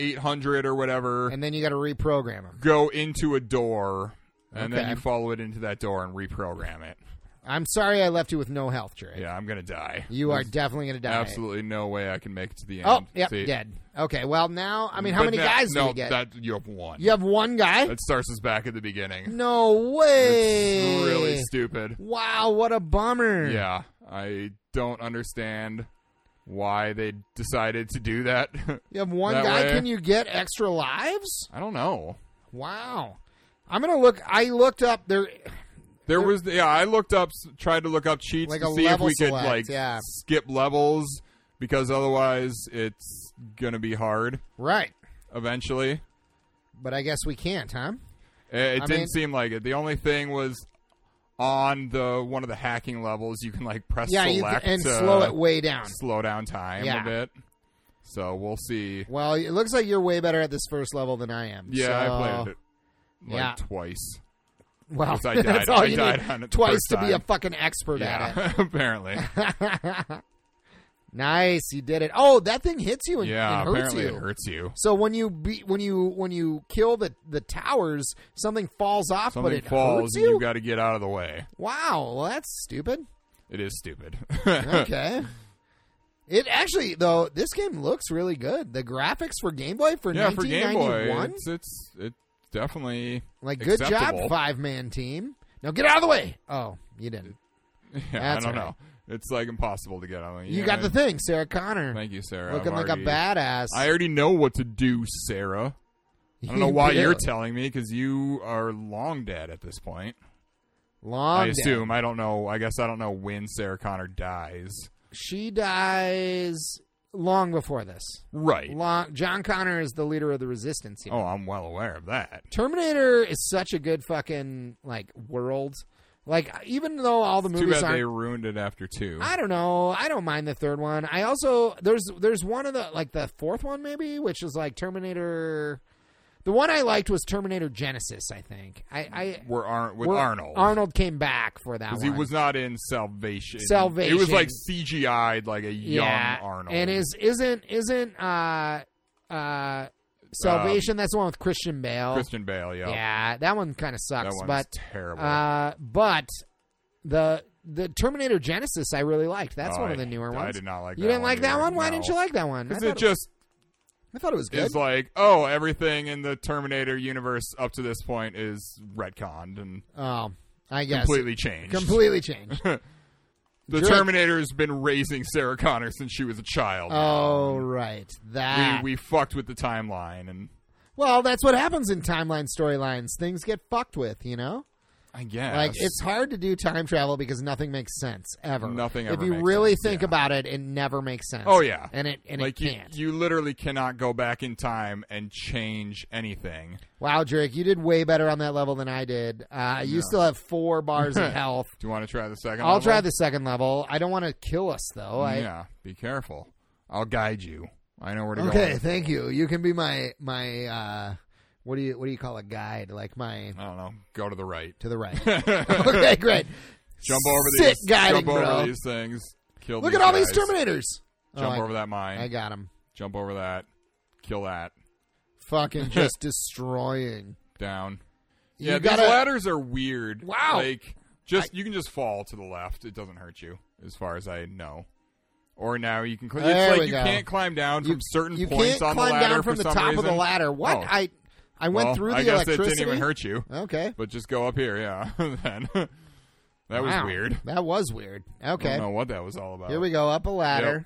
Speaker 2: eight hundred or whatever
Speaker 1: And then you got to reprogram them.
Speaker 2: go into a door, and then
Speaker 1: Okay.
Speaker 2: you follow it into that door and reprogram it.
Speaker 1: I'm sorry I left you with no health, Trey.
Speaker 2: Yeah, I'm gonna die.
Speaker 1: You are definitely going to die.
Speaker 2: absolutely no way I can make it to the end.
Speaker 1: Oh, yep,
Speaker 2: See?
Speaker 1: dead. Okay, well, now, I mean, how
Speaker 2: But
Speaker 1: many
Speaker 2: that-
Speaker 1: guys
Speaker 2: no,
Speaker 1: do you get?
Speaker 2: That you have one.
Speaker 1: you have one guy?
Speaker 2: That starts us back at the beginning.
Speaker 1: no way.
Speaker 2: It's really stupid.
Speaker 1: wow, what a bummer.
Speaker 2: Yeah, I don't understand why they decided to do that.
Speaker 1: You have one
Speaker 2: That
Speaker 1: guy.
Speaker 2: way-
Speaker 1: Can you get extra lives?
Speaker 2: I don't know.
Speaker 1: Wow. I'm going to look. I looked up there.
Speaker 2: There was yeah, I looked up tried to look up cheats
Speaker 1: Like
Speaker 2: to
Speaker 1: a
Speaker 2: see if
Speaker 1: level
Speaker 2: we
Speaker 1: select,
Speaker 2: could like
Speaker 1: yeah.
Speaker 2: skip levels because otherwise it's going to be hard
Speaker 1: Right.
Speaker 2: eventually.
Speaker 1: But I guess we can't, huh?
Speaker 2: It, it
Speaker 1: I
Speaker 2: didn't
Speaker 1: mean-
Speaker 2: seem like it. The only thing was on the one of the hacking levels you can like press
Speaker 1: Yeah, you can,
Speaker 2: select uh,
Speaker 1: and
Speaker 2: to
Speaker 1: slow it way down.
Speaker 2: slow down time
Speaker 1: Yeah.
Speaker 2: a bit. So we'll see.
Speaker 1: Well, it looks like you're way better at this first level than I am.
Speaker 2: Yeah,
Speaker 1: so-
Speaker 2: I played it like
Speaker 1: yeah.
Speaker 2: twice.
Speaker 1: Well,
Speaker 2: 'Cause I died-
Speaker 1: that's all
Speaker 2: I
Speaker 1: you
Speaker 2: died
Speaker 1: need
Speaker 2: on it the
Speaker 1: twice
Speaker 2: first
Speaker 1: to be a
Speaker 2: time.
Speaker 1: fucking expert at
Speaker 2: Yeah, apparently.
Speaker 1: it. nice, you did it. Oh, that thing hits you and,
Speaker 2: Yeah,
Speaker 1: and hurts
Speaker 2: apparently
Speaker 1: you.
Speaker 2: it hurts you.
Speaker 1: So when you be, when you when you kill the the towers, something falls off, but
Speaker 2: Something
Speaker 1: it
Speaker 2: falls
Speaker 1: hurts
Speaker 2: and
Speaker 1: you.
Speaker 2: you got to get out of the way.
Speaker 1: wow, well that's stupid.
Speaker 2: It is stupid.
Speaker 1: Okay. It actually though this game looks really good. The graphics for Game Boy for
Speaker 2: yeah, for Game Boy,
Speaker 1: 1991,
Speaker 2: it's it's, it's definitely
Speaker 1: like good job
Speaker 2: acceptable.
Speaker 1: five man team. Now get out of the way. Oh, you didn't.
Speaker 2: Yeah, I
Speaker 1: That's
Speaker 2: don't
Speaker 1: all
Speaker 2: know. It's like impossible to get on.
Speaker 1: You got the thing, Sarah Connor,
Speaker 2: Thank you, Sarah.
Speaker 1: looking
Speaker 2: I've
Speaker 1: like a
Speaker 2: already-
Speaker 1: badass.
Speaker 2: I already know what to do, Sarah. I don't know
Speaker 1: You
Speaker 2: why
Speaker 1: do.
Speaker 2: you're telling me because you are long dead at this point.
Speaker 1: Long
Speaker 2: I
Speaker 1: dead.
Speaker 2: assume. I don't know. I guess I don't know when Sarah Connor dies.
Speaker 1: she dies long before this.
Speaker 2: Right.
Speaker 1: Long, John Connor is the leader of the resistance here.
Speaker 2: Oh, I'm well aware of that.
Speaker 1: Terminator is such a good fucking like world. Like even though all the
Speaker 2: Too
Speaker 1: movies
Speaker 2: bad
Speaker 1: aren't
Speaker 2: they ruined it after two.
Speaker 1: I don't know. I don't mind the third one. I also there's there's one of the like the fourth one maybe, which is like Terminator. The one I liked was Terminator Genesis. I think I I
Speaker 2: Were Ar- with
Speaker 1: where
Speaker 2: Arnold.
Speaker 1: Arnold came back for that one.
Speaker 2: Because he was not in Salvation.
Speaker 1: Salvation.
Speaker 2: It was like CGI'd, like a young
Speaker 1: yeah,
Speaker 2: Arnold.
Speaker 1: and is isn't isn't uh uh Salvation? that's the one with Christian Bale.
Speaker 2: Christian Bale, yeah.
Speaker 1: yeah, that one kind of
Speaker 2: that
Speaker 1: sucks,
Speaker 2: one's
Speaker 1: but
Speaker 2: terrible.
Speaker 1: uh, but the the Terminator Genesis I really liked. That's
Speaker 2: Oh,
Speaker 1: one of
Speaker 2: I-
Speaker 1: the newer
Speaker 2: I
Speaker 1: ones.
Speaker 2: did not like
Speaker 1: you
Speaker 2: that
Speaker 1: didn't
Speaker 2: one
Speaker 1: like that
Speaker 2: either.
Speaker 1: one? Why
Speaker 2: No.
Speaker 1: didn't you like that one? I
Speaker 2: Because
Speaker 1: thought
Speaker 2: it just
Speaker 1: I thought it was good.
Speaker 2: is like, oh, everything in the Terminator universe up to this point is retconned and
Speaker 1: oh, I guess
Speaker 2: completely changed.
Speaker 1: completely changed.
Speaker 2: the
Speaker 1: Drake-
Speaker 2: Terminator has been raising Sarah Connor since she was a child.
Speaker 1: oh ah. right, that.
Speaker 2: we, we fucked with the timeline, and
Speaker 1: well, that's what happens in timeline storylines. Things get fucked with, you know.
Speaker 2: I guess
Speaker 1: Like it's hard to do time travel because nothing makes sense ever.
Speaker 2: Nothing
Speaker 1: If
Speaker 2: ever
Speaker 1: you
Speaker 2: makes
Speaker 1: really
Speaker 2: sense,
Speaker 1: think
Speaker 2: yeah.
Speaker 1: about it, it never makes sense.
Speaker 2: Oh, yeah.
Speaker 1: and it and
Speaker 2: like
Speaker 1: it
Speaker 2: you,
Speaker 1: can't.
Speaker 2: you literally cannot go back in time and change anything.
Speaker 1: wow, Drake, you did way better on that level than I did. Uh, you still have four bars of health.
Speaker 2: Do you want to try the second?
Speaker 1: I'll
Speaker 2: level?
Speaker 1: try the second level. I don't want to kill us though. I,
Speaker 2: Yeah, be careful. I'll guide you. I know where to go.
Speaker 1: Okay, thank you. You can be my my uh what do you what do you call a guide? Like my
Speaker 2: I don't know. Go to the right.
Speaker 1: to the right. okay, great.
Speaker 2: Jump over
Speaker 1: Sit
Speaker 2: these.
Speaker 1: guiding,
Speaker 2: jump over
Speaker 1: bro.
Speaker 2: these things. Kill.
Speaker 1: Look
Speaker 2: these
Speaker 1: at all these
Speaker 2: guys.
Speaker 1: terminators.
Speaker 2: Jump
Speaker 1: oh,
Speaker 2: over that
Speaker 1: I,
Speaker 2: mine.
Speaker 1: I got him.
Speaker 2: jump over that. Kill that.
Speaker 1: Fucking just destroying.
Speaker 2: Down.
Speaker 1: You
Speaker 2: Yeah, these
Speaker 1: gotta-
Speaker 2: ladders are weird.
Speaker 1: Wow.
Speaker 2: Like just you can just fall to the left. It doesn't hurt you, as far as I know. Or now you can. Cl-
Speaker 1: There
Speaker 2: it's like
Speaker 1: we
Speaker 2: you
Speaker 1: go.
Speaker 2: can't climb down
Speaker 1: You-
Speaker 2: from certain
Speaker 1: you
Speaker 2: points
Speaker 1: can't
Speaker 2: on
Speaker 1: climb
Speaker 2: the ladder
Speaker 1: down from the
Speaker 2: for some
Speaker 1: top of the
Speaker 2: reason.
Speaker 1: ladder. What
Speaker 2: Oh.
Speaker 1: I I went
Speaker 2: Well,
Speaker 1: through the
Speaker 2: I guess
Speaker 1: electricity.
Speaker 2: it didn't even hurt you.
Speaker 1: Okay.
Speaker 2: But just go up here, yeah. then that was
Speaker 1: Wow.
Speaker 2: weird.
Speaker 1: That was weird.
Speaker 2: I
Speaker 1: Okay.
Speaker 2: don't know what that was all about.
Speaker 1: Here we go. Up a ladder.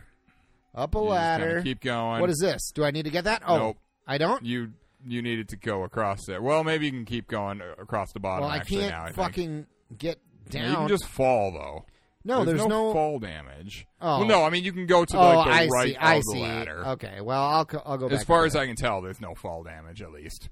Speaker 1: Up a
Speaker 2: You just kinda
Speaker 1: ladder.
Speaker 2: Keep going.
Speaker 1: What is this? Do I need to get that? Oh,
Speaker 2: Nope.
Speaker 1: I don't.
Speaker 2: you? You needed to go across there. Well, maybe you can keep going uh, across the bottom.
Speaker 1: Well, I
Speaker 2: actually,
Speaker 1: can't
Speaker 2: now, I think.
Speaker 1: fucking get
Speaker 2: Yeah,
Speaker 1: down.
Speaker 2: You can just fall though.
Speaker 1: no, there's, no
Speaker 2: fall damage.
Speaker 1: Oh.
Speaker 2: Well, no, I mean you can go to the,
Speaker 1: oh,
Speaker 2: like, the
Speaker 1: I
Speaker 2: right
Speaker 1: see. I
Speaker 2: of
Speaker 1: see.
Speaker 2: the ladder.
Speaker 1: Okay. Well, I'll co- I'll go back.
Speaker 2: as far as I can tell, there's no fall damage at least.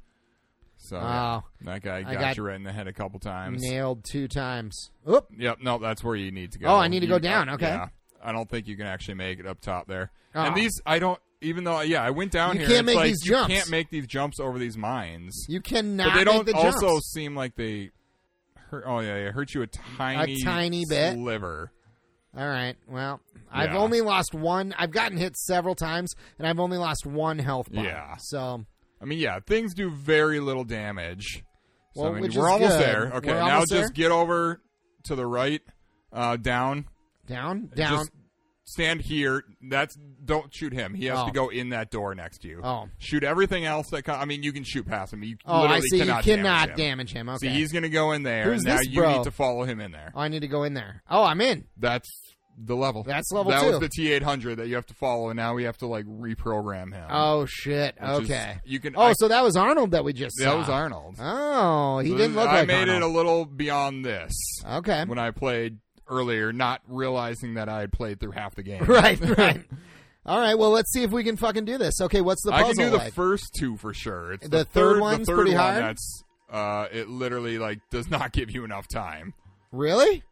Speaker 2: So yeah,
Speaker 1: Oh.
Speaker 2: that guy
Speaker 1: I
Speaker 2: got,
Speaker 1: got
Speaker 2: you right in the head a couple times.
Speaker 1: nailed two times. Oop.
Speaker 2: Yep. No, that's where you need to go.
Speaker 1: Oh, I need to go
Speaker 2: You-
Speaker 1: down,
Speaker 2: uh,
Speaker 1: okay.
Speaker 2: yeah. I don't think you can actually make it up top there.
Speaker 1: Ah.
Speaker 2: And these, I don't. even though yeah, I went down
Speaker 1: You
Speaker 2: here.
Speaker 1: can't
Speaker 2: it's
Speaker 1: make
Speaker 2: like,
Speaker 1: these
Speaker 2: you
Speaker 1: jumps.
Speaker 2: can't make these jumps over these mines.
Speaker 1: You cannot.
Speaker 2: but they don't
Speaker 1: make the
Speaker 2: also
Speaker 1: jumps.
Speaker 2: seem like they hurt. Oh yeah, it hurt you a tiny,
Speaker 1: tiny bit.
Speaker 2: sliver.
Speaker 1: All right. Well, I've
Speaker 2: Yeah.
Speaker 1: only lost one. I've gotten hit several times, and I've only lost one health bar.
Speaker 2: Yeah.
Speaker 1: So
Speaker 2: I mean, yeah, things do very little damage. So,
Speaker 1: Well,
Speaker 2: I mean,
Speaker 1: which
Speaker 2: we're
Speaker 1: is
Speaker 2: almost
Speaker 1: good.
Speaker 2: there. Okay,
Speaker 1: We're
Speaker 2: now
Speaker 1: almost
Speaker 2: just
Speaker 1: there.
Speaker 2: get over to the right, uh, down,
Speaker 1: down, down.
Speaker 2: Just stand here. That's don't shoot him. He has
Speaker 1: Oh.
Speaker 2: to go in that door next to you.
Speaker 1: Oh.
Speaker 2: shoot everything else that. Co- I mean, you can shoot past him. You
Speaker 1: oh,
Speaker 2: literally
Speaker 1: I see.
Speaker 2: Cannot
Speaker 1: you cannot
Speaker 2: damage. him.
Speaker 1: damage him. Okay.
Speaker 2: See, he's gonna go in there,
Speaker 1: Who's
Speaker 2: and now
Speaker 1: this
Speaker 2: you
Speaker 1: bro?
Speaker 2: need to follow him in there.
Speaker 1: oh, I need to go in there. Oh, I'm in.
Speaker 2: That's the level.
Speaker 1: That's level
Speaker 2: That
Speaker 1: two.
Speaker 2: was the T eight hundred that you have to follow, and now we have to like reprogram him.
Speaker 1: Oh shit.
Speaker 2: Um, Which is-
Speaker 1: Okay.
Speaker 2: you can.
Speaker 1: Oh,
Speaker 2: I-
Speaker 1: so that was Arnold that we just
Speaker 2: that
Speaker 1: saw.
Speaker 2: was Arnold.
Speaker 1: Oh, he
Speaker 2: So
Speaker 1: didn't
Speaker 2: this-
Speaker 1: look
Speaker 2: I
Speaker 1: like
Speaker 2: made it a
Speaker 1: Arnold. Uh,
Speaker 2: little beyond this
Speaker 1: okay.
Speaker 2: when I played earlier, not realizing that I had played through half the game.
Speaker 1: right. Right. All right. Well, let's see if we can fucking do this. Okay. What's the
Speaker 2: I
Speaker 1: puzzle
Speaker 2: can do the
Speaker 1: like?
Speaker 2: first two for sure. It's
Speaker 1: The
Speaker 2: the,
Speaker 1: third
Speaker 2: third,
Speaker 1: one's
Speaker 2: the third
Speaker 1: pretty
Speaker 2: one
Speaker 1: hard?
Speaker 2: that's uh, it literally like does not give you enough time.
Speaker 1: really?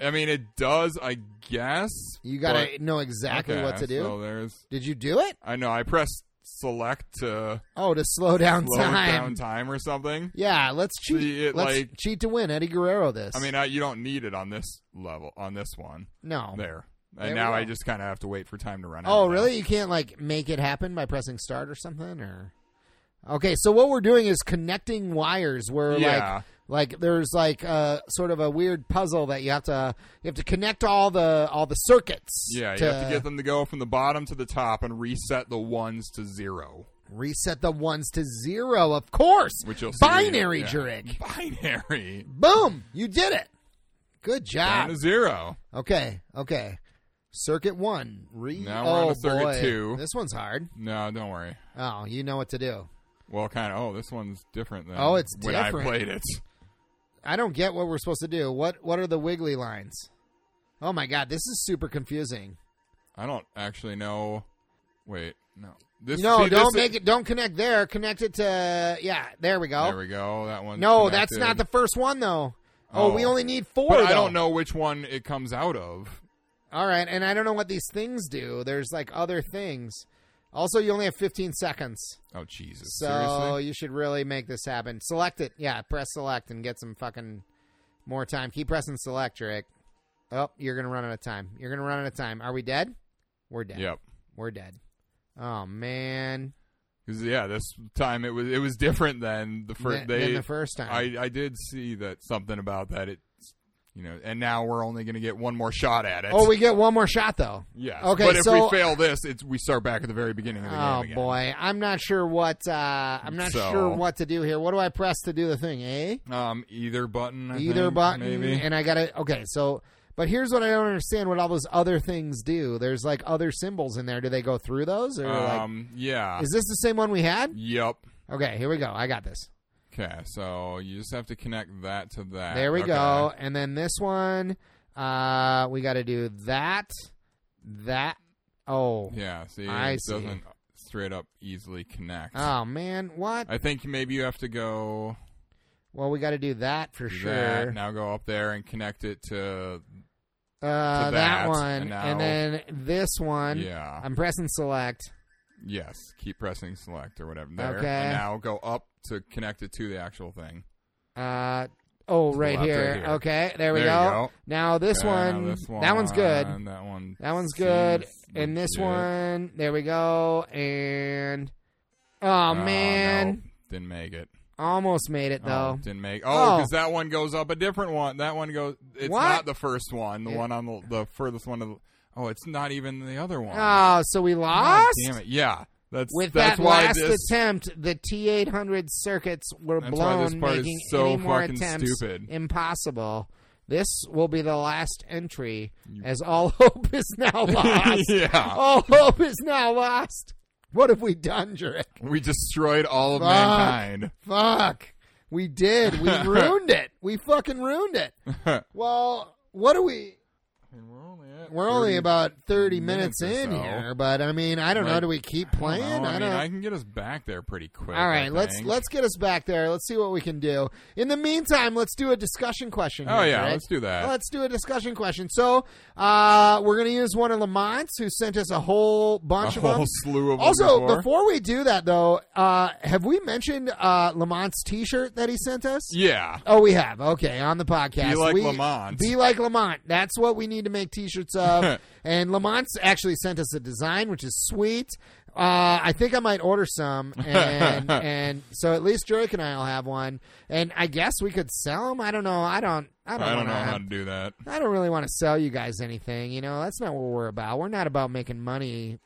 Speaker 2: I mean, it does, I guess.
Speaker 1: You gotta
Speaker 2: but-
Speaker 1: know exactly
Speaker 2: okay,
Speaker 1: what to do.
Speaker 2: So there's,
Speaker 1: Did you do it?
Speaker 2: I know, I pressed select to
Speaker 1: Oh, to slow down
Speaker 2: slow
Speaker 1: time.
Speaker 2: down time or something.
Speaker 1: Yeah, let's cheat.
Speaker 2: See, it,
Speaker 1: let's
Speaker 2: like-
Speaker 1: cheat to win. Eddie Guerrero. This.
Speaker 2: I mean, I, you don't need it on this level, on this one.
Speaker 1: no.
Speaker 2: There.
Speaker 1: Um, There we
Speaker 2: And now I
Speaker 1: go.
Speaker 2: just kind of have to wait for time to run out.
Speaker 1: Oh,
Speaker 2: now.
Speaker 1: really? You can't like make it happen by pressing start or something, or. Okay, so what we're doing is connecting wires. Where
Speaker 2: Yeah.
Speaker 1: like, like there's like a sort of a weird puzzle that you have to you have to connect all the all the circuits.
Speaker 2: Yeah,
Speaker 1: to
Speaker 2: you have to get them to go from the bottom to the top and reset the ones to zero.
Speaker 1: reset the ones to zero. Of course,
Speaker 2: Which you'll see
Speaker 1: binary
Speaker 2: yeah.
Speaker 1: jig.
Speaker 2: Binary.
Speaker 1: Boom! You did it. Good
Speaker 2: Down
Speaker 1: job.
Speaker 2: to zero.
Speaker 1: Okay, okay. Circuit one. Re-
Speaker 2: Now we're on
Speaker 1: oh,
Speaker 2: to circuit
Speaker 1: boy.
Speaker 2: two.
Speaker 1: This one's hard.
Speaker 2: No, don't worry.
Speaker 1: Oh, you know what to do.
Speaker 2: Well, kind of. Oh, this one's different than
Speaker 1: Oh, it's
Speaker 2: when
Speaker 1: different.
Speaker 2: I played it.
Speaker 1: I don't get what we're supposed to do. What What are the wiggly lines? Oh my god, this is super confusing.
Speaker 2: I don't actually know. Wait, no. This,
Speaker 1: no,
Speaker 2: see,
Speaker 1: don't
Speaker 2: this
Speaker 1: make it. Don't connect there. Connect it to. Yeah, there we go.
Speaker 2: There we go. That one.
Speaker 1: no, that's not the first one though. Oh,
Speaker 2: Oh.
Speaker 1: we only need four.
Speaker 2: But I
Speaker 1: though.
Speaker 2: don't know which one it comes out of.
Speaker 1: All right, and I don't know what these things do. There's like other things. Also, you only have 15 seconds.
Speaker 2: Oh Jesus!
Speaker 1: So
Speaker 2: Seriously?
Speaker 1: you should really make this happen. Select it. Yeah, press select and get some fucking more time. Keep pressing select, Drake. Oh, you're gonna run out of time. You're gonna run out of time. Are we dead? We're dead.
Speaker 2: Yep.
Speaker 1: We're dead. Oh man.
Speaker 2: 'Cause, yeah, this time it was it was different than the first.
Speaker 1: Th-
Speaker 2: they
Speaker 1: than the first time.
Speaker 2: I, I did see that something about that. It, you know, and now we're only going to get one more shot at it.
Speaker 1: oh, we get one more shot though.
Speaker 2: yeah.
Speaker 1: Okay,
Speaker 2: but if
Speaker 1: so-
Speaker 2: we fail this, it's we start back at the very beginning of the
Speaker 1: Oh
Speaker 2: game again.
Speaker 1: boy, I'm not sure what uh, I'm not
Speaker 2: So-
Speaker 1: sure what to do here. What do I press to do the thing? Eh?
Speaker 2: Um, either button, I
Speaker 1: Either
Speaker 2: think,
Speaker 1: button,
Speaker 2: maybe.
Speaker 1: and I gotta. Okay, so but here's what I don't understand: what all those other things do. There's like other symbols in there. Do they go through those, or like
Speaker 2: um, yeah.
Speaker 1: Is this the same one we had?
Speaker 2: Yep.
Speaker 1: Okay, here we go. I got this.
Speaker 2: Okay, so you just have to connect that to that.
Speaker 1: There we
Speaker 2: uh, Okay.
Speaker 1: go. And then this one, uh, we got to do that, that. Oh,
Speaker 2: Yeah. See,
Speaker 1: I
Speaker 2: it
Speaker 1: see.
Speaker 2: doesn't straight up easily connect.
Speaker 1: oh man, what?
Speaker 2: I think maybe you have to go
Speaker 1: well, we got to do that for
Speaker 2: do
Speaker 1: sure.
Speaker 2: that, now go up there and connect it to
Speaker 1: uh, that,
Speaker 2: to that,
Speaker 1: one,
Speaker 2: and now-
Speaker 1: and then this one.
Speaker 2: yeah.
Speaker 1: I'm pressing select.
Speaker 2: Yes, keep pressing select or whatever. There.
Speaker 1: Okay.
Speaker 2: And now go up to connect it to the actual thing.
Speaker 1: Uh, oh,
Speaker 2: To the
Speaker 1: right
Speaker 2: left,
Speaker 1: here.
Speaker 2: right here.
Speaker 1: Okay, there we
Speaker 2: There you go.
Speaker 1: Now this
Speaker 2: Okay, now
Speaker 1: one,
Speaker 2: this
Speaker 1: that one's good.
Speaker 2: one, That one.
Speaker 1: That one's good.
Speaker 2: seems
Speaker 1: And this
Speaker 2: legit. Oh,
Speaker 1: one, there we go. And oh,
Speaker 2: Oh,
Speaker 1: man,
Speaker 2: no, didn't make it.
Speaker 1: almost made it
Speaker 2: Oh,
Speaker 1: though.
Speaker 2: didn't make. Oh,
Speaker 1: Oh.
Speaker 2: because that one goes up a different one. That one goes. It's
Speaker 1: What?
Speaker 2: not the first one. The
Speaker 1: It-
Speaker 2: one on the, the furthest one. Of the, oh, it's not even the other one.
Speaker 1: Oh, so we
Speaker 2: God
Speaker 1: lost.
Speaker 2: damn it! Yeah, that's
Speaker 1: With
Speaker 2: that's
Speaker 1: that
Speaker 2: why
Speaker 1: last
Speaker 2: this.
Speaker 1: attempt, the T eight hundred circuits were
Speaker 2: That's why
Speaker 1: blown,
Speaker 2: this part is
Speaker 1: making
Speaker 2: so
Speaker 1: any more
Speaker 2: fucking
Speaker 1: attempts
Speaker 2: stupid.
Speaker 1: impossible. This will be the last entry, as all hope is now lost.
Speaker 2: yeah,
Speaker 1: All hope is now lost. What have we done, Drake?
Speaker 2: we destroyed all of
Speaker 1: Fuck.
Speaker 2: mankind.
Speaker 1: Fuck. We did. We ruined it. We fucking ruined it. Well, what do we?
Speaker 2: I mean, we're only at
Speaker 1: We're only
Speaker 2: 30
Speaker 1: about thirty minutes,
Speaker 2: minutes or
Speaker 1: in
Speaker 2: so.
Speaker 1: here, but I mean, I don't know.
Speaker 2: Like,
Speaker 1: Do we keep
Speaker 2: I don't
Speaker 1: playing?
Speaker 2: know. I, mean, I can get us back there pretty quick.
Speaker 1: All
Speaker 2: I
Speaker 1: right, let's
Speaker 2: think.
Speaker 1: let's get us back there. Let's see what we can do. In the meantime, let's do a discussion question.
Speaker 2: Oh
Speaker 1: here,
Speaker 2: yeah,
Speaker 1: Greg.
Speaker 2: let's do that.
Speaker 1: Let's do a discussion question. So, uh, we're going to use one of Lamont's who sent us a whole
Speaker 2: a
Speaker 1: bunch of
Speaker 2: whole
Speaker 1: them.
Speaker 2: slew of them
Speaker 1: Also,
Speaker 2: before.
Speaker 1: we do that though, uh, have we mentioned uh, Lamont's T-shirt that he sent us?
Speaker 2: yeah,
Speaker 1: Oh, we have. Okay, on the podcast.
Speaker 2: Be like
Speaker 1: we,
Speaker 2: Lamont.
Speaker 1: Be like Lamont. That's what we need to make T-shirts of. and Lamont's actually sent us a design, which is sweet. Uh, I think I might order some, and and so at least Drake and I will have one. And I guess we could sell them. I don't know. I don't. I don't,
Speaker 2: I don't
Speaker 1: wanna,
Speaker 2: know how to do that.
Speaker 1: I don't really want to sell you guys anything. You know, that's not what we're about. We're not about making money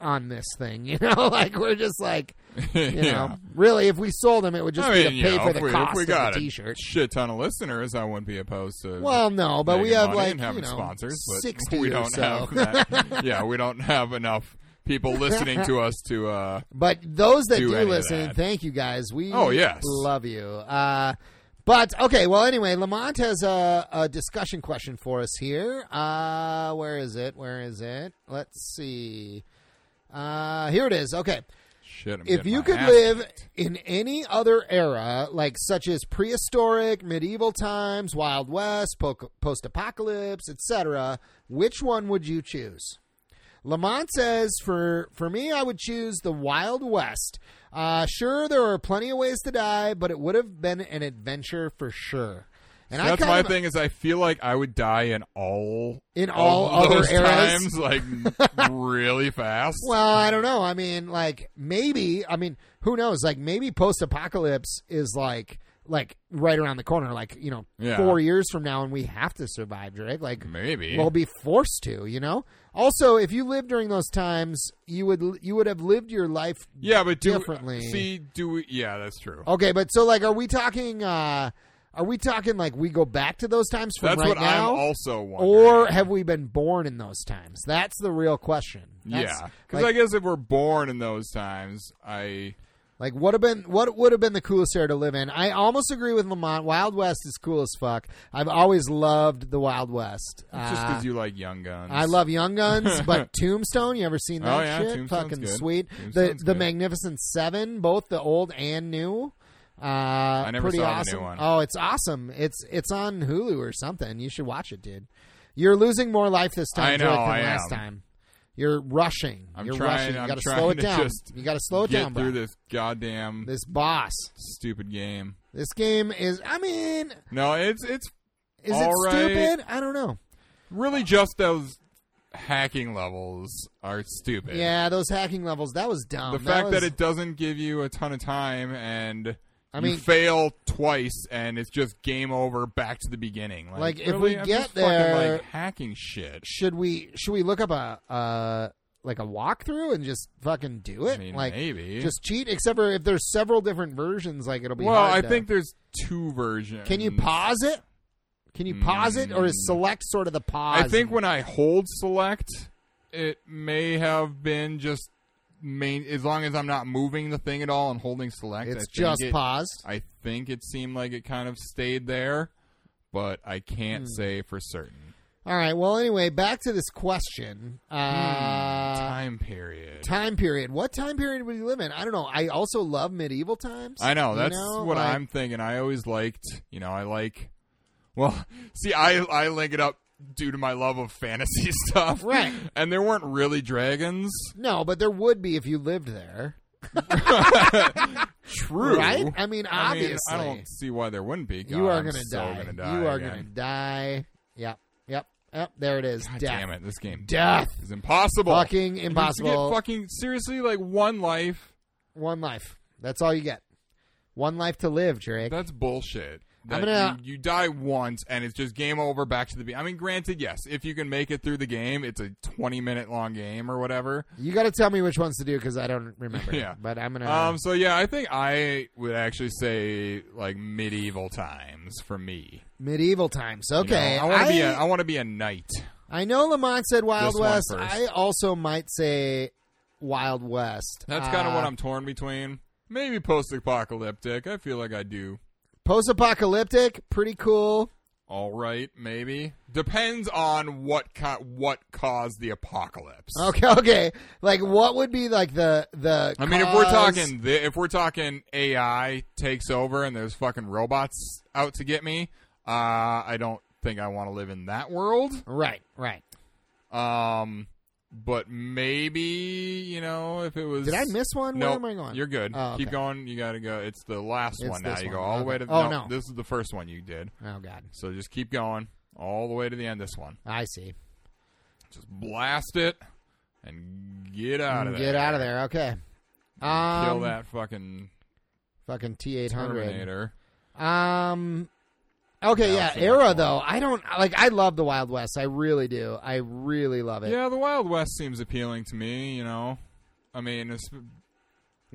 Speaker 1: on this thing. You know, like we're just like you
Speaker 2: yeah.
Speaker 1: know, really, if we sold them, it would just
Speaker 2: I
Speaker 1: be
Speaker 2: mean,
Speaker 1: to
Speaker 2: you
Speaker 1: pay
Speaker 2: know,
Speaker 1: for
Speaker 2: if
Speaker 1: the
Speaker 2: we, if
Speaker 1: cost
Speaker 2: we
Speaker 1: of
Speaker 2: got
Speaker 1: the
Speaker 2: a
Speaker 1: T-shirt.
Speaker 2: shit ton of listeners, I wouldn't be opposed to.
Speaker 1: Well, no, but we
Speaker 2: making
Speaker 1: have
Speaker 2: money
Speaker 1: like
Speaker 2: and having
Speaker 1: you know,
Speaker 2: sponsors, but
Speaker 1: sixty
Speaker 2: we
Speaker 1: or
Speaker 2: don't
Speaker 1: so.
Speaker 2: have that. yeah, we don't have enough people listening to us to. uh
Speaker 1: But those that
Speaker 2: Do
Speaker 1: do,
Speaker 2: any of
Speaker 1: listen,
Speaker 2: that.
Speaker 1: thank you guys. We
Speaker 2: Oh, yes.
Speaker 1: love you. Uh, but okay, well, anyway, Lamont has a, a discussion question for us here. Uh, where is it? Where is it? Let's see. Uh, here it is. Okay.
Speaker 2: Shit, I'm
Speaker 1: if
Speaker 2: getting
Speaker 1: you
Speaker 2: my
Speaker 1: could
Speaker 2: ass
Speaker 1: live in any other era, like such as prehistoric, medieval times, Wild West, po- post-apocalypse, etc., which one would you choose? Lamont says, "For for me, I would choose the Wild West. Uh, sure, there are plenty of ways to die, but it would have been an adventure for sure." And
Speaker 2: That's
Speaker 1: I kind
Speaker 2: my
Speaker 1: of,
Speaker 2: thing is I feel like I would die in all
Speaker 1: In all
Speaker 2: of
Speaker 1: other
Speaker 2: those
Speaker 1: eras?
Speaker 2: times like really fast.
Speaker 1: Well, I don't know. I mean, like maybe. I mean, who knows? Like maybe post-apocalypse is like like right around the corner. Like you know,
Speaker 2: Yeah.
Speaker 1: four years from now, and we have to survive, Drake. Like
Speaker 2: Maybe.
Speaker 1: we'll be forced to. You know. Also, if you lived during those times, you would you would have lived your life.
Speaker 2: yeah, but do
Speaker 1: differently.
Speaker 2: see do we yeah, that's true.
Speaker 1: Okay, but so like, are we talking? uh Are we talking like we go back to those times from
Speaker 2: that's
Speaker 1: right
Speaker 2: what
Speaker 1: now?
Speaker 2: I'm also wondering.
Speaker 1: or have we been born in those times? That's the real question. That's-
Speaker 2: yeah, because
Speaker 1: like-
Speaker 2: I guess if we're born in those times, I
Speaker 1: Like what have been what would have been the coolest era to live in? I almost agree with Lamont. Wild West is cool as fuck. I've always loved the Wild West.
Speaker 2: it's just
Speaker 1: Uh,
Speaker 2: because you like Young Guns.
Speaker 1: I love Young Guns, but Tombstone. You ever seen that
Speaker 2: Oh, yeah,
Speaker 1: shit?
Speaker 2: Tombstone's
Speaker 1: Fucking
Speaker 2: good.
Speaker 1: sweet.
Speaker 2: Tombstone's
Speaker 1: the the
Speaker 2: good.
Speaker 1: Magnificent Seven, both the old and new. Uh, I
Speaker 2: never
Speaker 1: pretty
Speaker 2: saw the new
Speaker 1: awesome.
Speaker 2: one.
Speaker 1: Oh, it's awesome. It's it's on Hulu or something. You should watch it, dude. You're losing more life this time
Speaker 2: I
Speaker 1: Drake,
Speaker 2: know,
Speaker 1: than
Speaker 2: I
Speaker 1: last
Speaker 2: am.
Speaker 1: time. You're rushing.
Speaker 2: I'm
Speaker 1: You're
Speaker 2: trying-
Speaker 1: rushing. You
Speaker 2: I'm
Speaker 1: gotta
Speaker 2: trying
Speaker 1: slow it
Speaker 2: to
Speaker 1: down.
Speaker 2: just
Speaker 1: You got to slow it
Speaker 2: get
Speaker 1: down, bro.
Speaker 2: through this goddamn
Speaker 1: This boss.
Speaker 2: stupid game.
Speaker 1: This game is. I mean,
Speaker 2: No, it's it's
Speaker 1: is it
Speaker 2: All right.
Speaker 1: stupid? I don't know.
Speaker 2: really just those hacking levels are stupid.
Speaker 1: Yeah, those hacking levels. Um, That was dumb.
Speaker 2: the fact
Speaker 1: was-
Speaker 2: that it doesn't give you a ton of time and
Speaker 1: I
Speaker 2: you
Speaker 1: mean-
Speaker 2: fail twice and it's just game over back to the beginning like,
Speaker 1: Like, if
Speaker 2: really?
Speaker 1: we
Speaker 2: I'm
Speaker 1: get
Speaker 2: just
Speaker 1: there-
Speaker 2: fucking, like hacking shit
Speaker 1: should we should we look up a uh like a walkthrough and just fucking do it?
Speaker 2: I mean,
Speaker 1: like
Speaker 2: maybe.
Speaker 1: just cheat. Except for if there's several different versions, like it'll be.
Speaker 2: well
Speaker 1: hard
Speaker 2: i
Speaker 1: to-
Speaker 2: think there's two versions
Speaker 1: Can you pause it? Can you pause it, or is select sort of the pause?
Speaker 2: Mm. i think when i hold select it may have been just main as long as i'm not moving the thing at all and holding select I
Speaker 1: it's
Speaker 2: think
Speaker 1: just
Speaker 2: it-
Speaker 1: paused.
Speaker 2: i think it seemed like it kind of stayed there but i can't
Speaker 1: Hmm.
Speaker 2: say for certain
Speaker 1: All right. Well, anyway, back to this question. Uh,
Speaker 2: time period
Speaker 1: time period. What time period would you live in? I don't know. I also love medieval times.
Speaker 2: I know
Speaker 1: You
Speaker 2: that's
Speaker 1: know,
Speaker 2: what
Speaker 1: like-
Speaker 2: I'm thinking. I always liked, you know, I like. Well, see, I I link it up due to my love of fantasy stuff,
Speaker 1: Right.
Speaker 2: And there weren't really dragons,
Speaker 1: No, but there would be if you lived there,
Speaker 2: true?
Speaker 1: right? I mean,
Speaker 2: I mean,
Speaker 1: obviously,
Speaker 2: I don't see why there wouldn't be. God,
Speaker 1: you are
Speaker 2: I'm
Speaker 1: gonna,
Speaker 2: so
Speaker 1: die.
Speaker 2: gonna die.
Speaker 1: You are
Speaker 2: again.
Speaker 1: gonna die. Yep, yep, yep. There it is.
Speaker 2: God
Speaker 1: Death.
Speaker 2: damn it! This game
Speaker 1: Death.
Speaker 2: is impossible.
Speaker 1: Fucking
Speaker 2: And you have to get
Speaker 1: impossible.
Speaker 2: fucking seriously, like one life.
Speaker 1: One life. That's all you get. One life to live, Drake.
Speaker 2: That's bullshit. That
Speaker 1: gonna-
Speaker 2: you, you die once and it's just game over back to the be- I mean granted yes if you can make it through the game it's a 20 minute long game or whatever
Speaker 1: You got to tell me which ones to do because I don't remember.
Speaker 2: Yeah.
Speaker 1: but I'm gonna.
Speaker 2: Um. So yeah, I think I would actually say like medieval times for me.
Speaker 1: medieval times.
Speaker 2: You know,
Speaker 1: Okay,
Speaker 2: I want to be. A,
Speaker 1: I-
Speaker 2: I want to be a knight.
Speaker 1: I know Lamont said Wild
Speaker 2: This one
Speaker 1: West.
Speaker 2: first.
Speaker 1: I also might say Wild West.
Speaker 2: That's kind of
Speaker 1: Uh,
Speaker 2: what I'm torn between. Maybe post-apocalyptic. I feel like I do.
Speaker 1: Post apocalyptic, pretty cool.
Speaker 2: All right, maybe depends on what co- what caused the apocalypse.
Speaker 1: Okay, okay. Like, what would be like the the?
Speaker 2: I mean, if we're
Speaker 1: cause-
Speaker 2: talking th- if we're talking AI takes over and there's fucking robots out to get me, uh, I don't think I want to live in that world.
Speaker 1: right, right.
Speaker 2: Um, but maybe you know if it was.
Speaker 1: Did I miss one?
Speaker 2: No,
Speaker 1: Where am I going?
Speaker 2: you're good.
Speaker 1: Oh,
Speaker 2: Keep
Speaker 1: okay.
Speaker 2: going. You gotta go. It's the last
Speaker 1: It's
Speaker 2: one now.
Speaker 1: this
Speaker 2: You
Speaker 1: one.
Speaker 2: go all the way to.
Speaker 1: Okay. Oh, no.
Speaker 2: this is the first one you did.
Speaker 1: Oh God,
Speaker 2: So just keep going all the way to the end. of This one,
Speaker 1: I see.
Speaker 2: just blast it and get out of there.
Speaker 1: Mm, Get out of there. Okay. Um,
Speaker 2: Kill that fucking
Speaker 1: Fucking T eight hundred.
Speaker 2: Terminator.
Speaker 1: Um. Okay,
Speaker 2: Yeah,
Speaker 1: yeah.
Speaker 2: I'll see that
Speaker 1: Era
Speaker 2: one.
Speaker 1: though, I don't like. I love the Wild West. I really do. I really love it.
Speaker 2: Yeah, the Wild West seems appealing to me. You know, I mean, it's,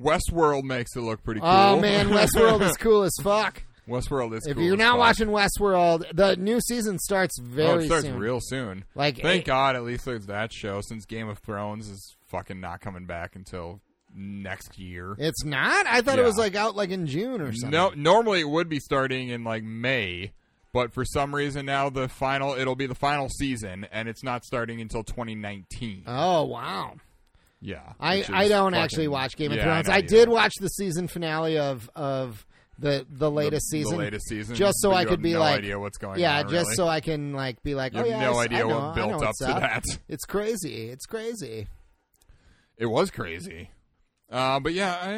Speaker 2: Westworld makes it look pretty cool.
Speaker 1: Oh man, Westworld is cool as fuck.
Speaker 2: Westworld is.
Speaker 1: if
Speaker 2: cool
Speaker 1: you're
Speaker 2: as
Speaker 1: not
Speaker 2: fuck.
Speaker 1: watching Westworld, the new season starts very
Speaker 2: oh, it starts
Speaker 1: soon.
Speaker 2: real soon.
Speaker 1: like
Speaker 2: Thank
Speaker 1: it-
Speaker 2: God, at least there's that show. Since Game of Thrones is fucking not coming back until next year.
Speaker 1: It's not. I thought it was
Speaker 2: Yeah.
Speaker 1: like out like in June or something.
Speaker 2: No, normally it would be starting in like May, but for some reason now the final it'll be the final season, and it's not starting until 2019.
Speaker 1: Oh wow.
Speaker 2: yeah,
Speaker 1: I,
Speaker 2: which is
Speaker 1: I don't
Speaker 2: fucking-
Speaker 1: actually watch Game of
Speaker 2: Yeah,
Speaker 1: Thrones.
Speaker 2: know
Speaker 1: I,
Speaker 2: you
Speaker 1: did
Speaker 2: don't.
Speaker 1: watch the season finale of of the the
Speaker 2: The-
Speaker 1: latest
Speaker 2: the
Speaker 1: season.
Speaker 2: latest season,
Speaker 1: just so
Speaker 2: but
Speaker 1: I
Speaker 2: you
Speaker 1: could
Speaker 2: have
Speaker 1: be
Speaker 2: no
Speaker 1: like-
Speaker 2: idea what's going
Speaker 1: yeah,
Speaker 2: on.
Speaker 1: just
Speaker 2: really.
Speaker 1: so I can like be like,
Speaker 2: you
Speaker 1: oh
Speaker 2: have
Speaker 1: yeah,
Speaker 2: no
Speaker 1: I s-
Speaker 2: idea
Speaker 1: I know,
Speaker 2: what
Speaker 1: I know
Speaker 2: built up
Speaker 1: what's
Speaker 2: to
Speaker 1: up.
Speaker 2: that.
Speaker 1: It's crazy. It's crazy.
Speaker 2: It was crazy, uh, but yeah, I,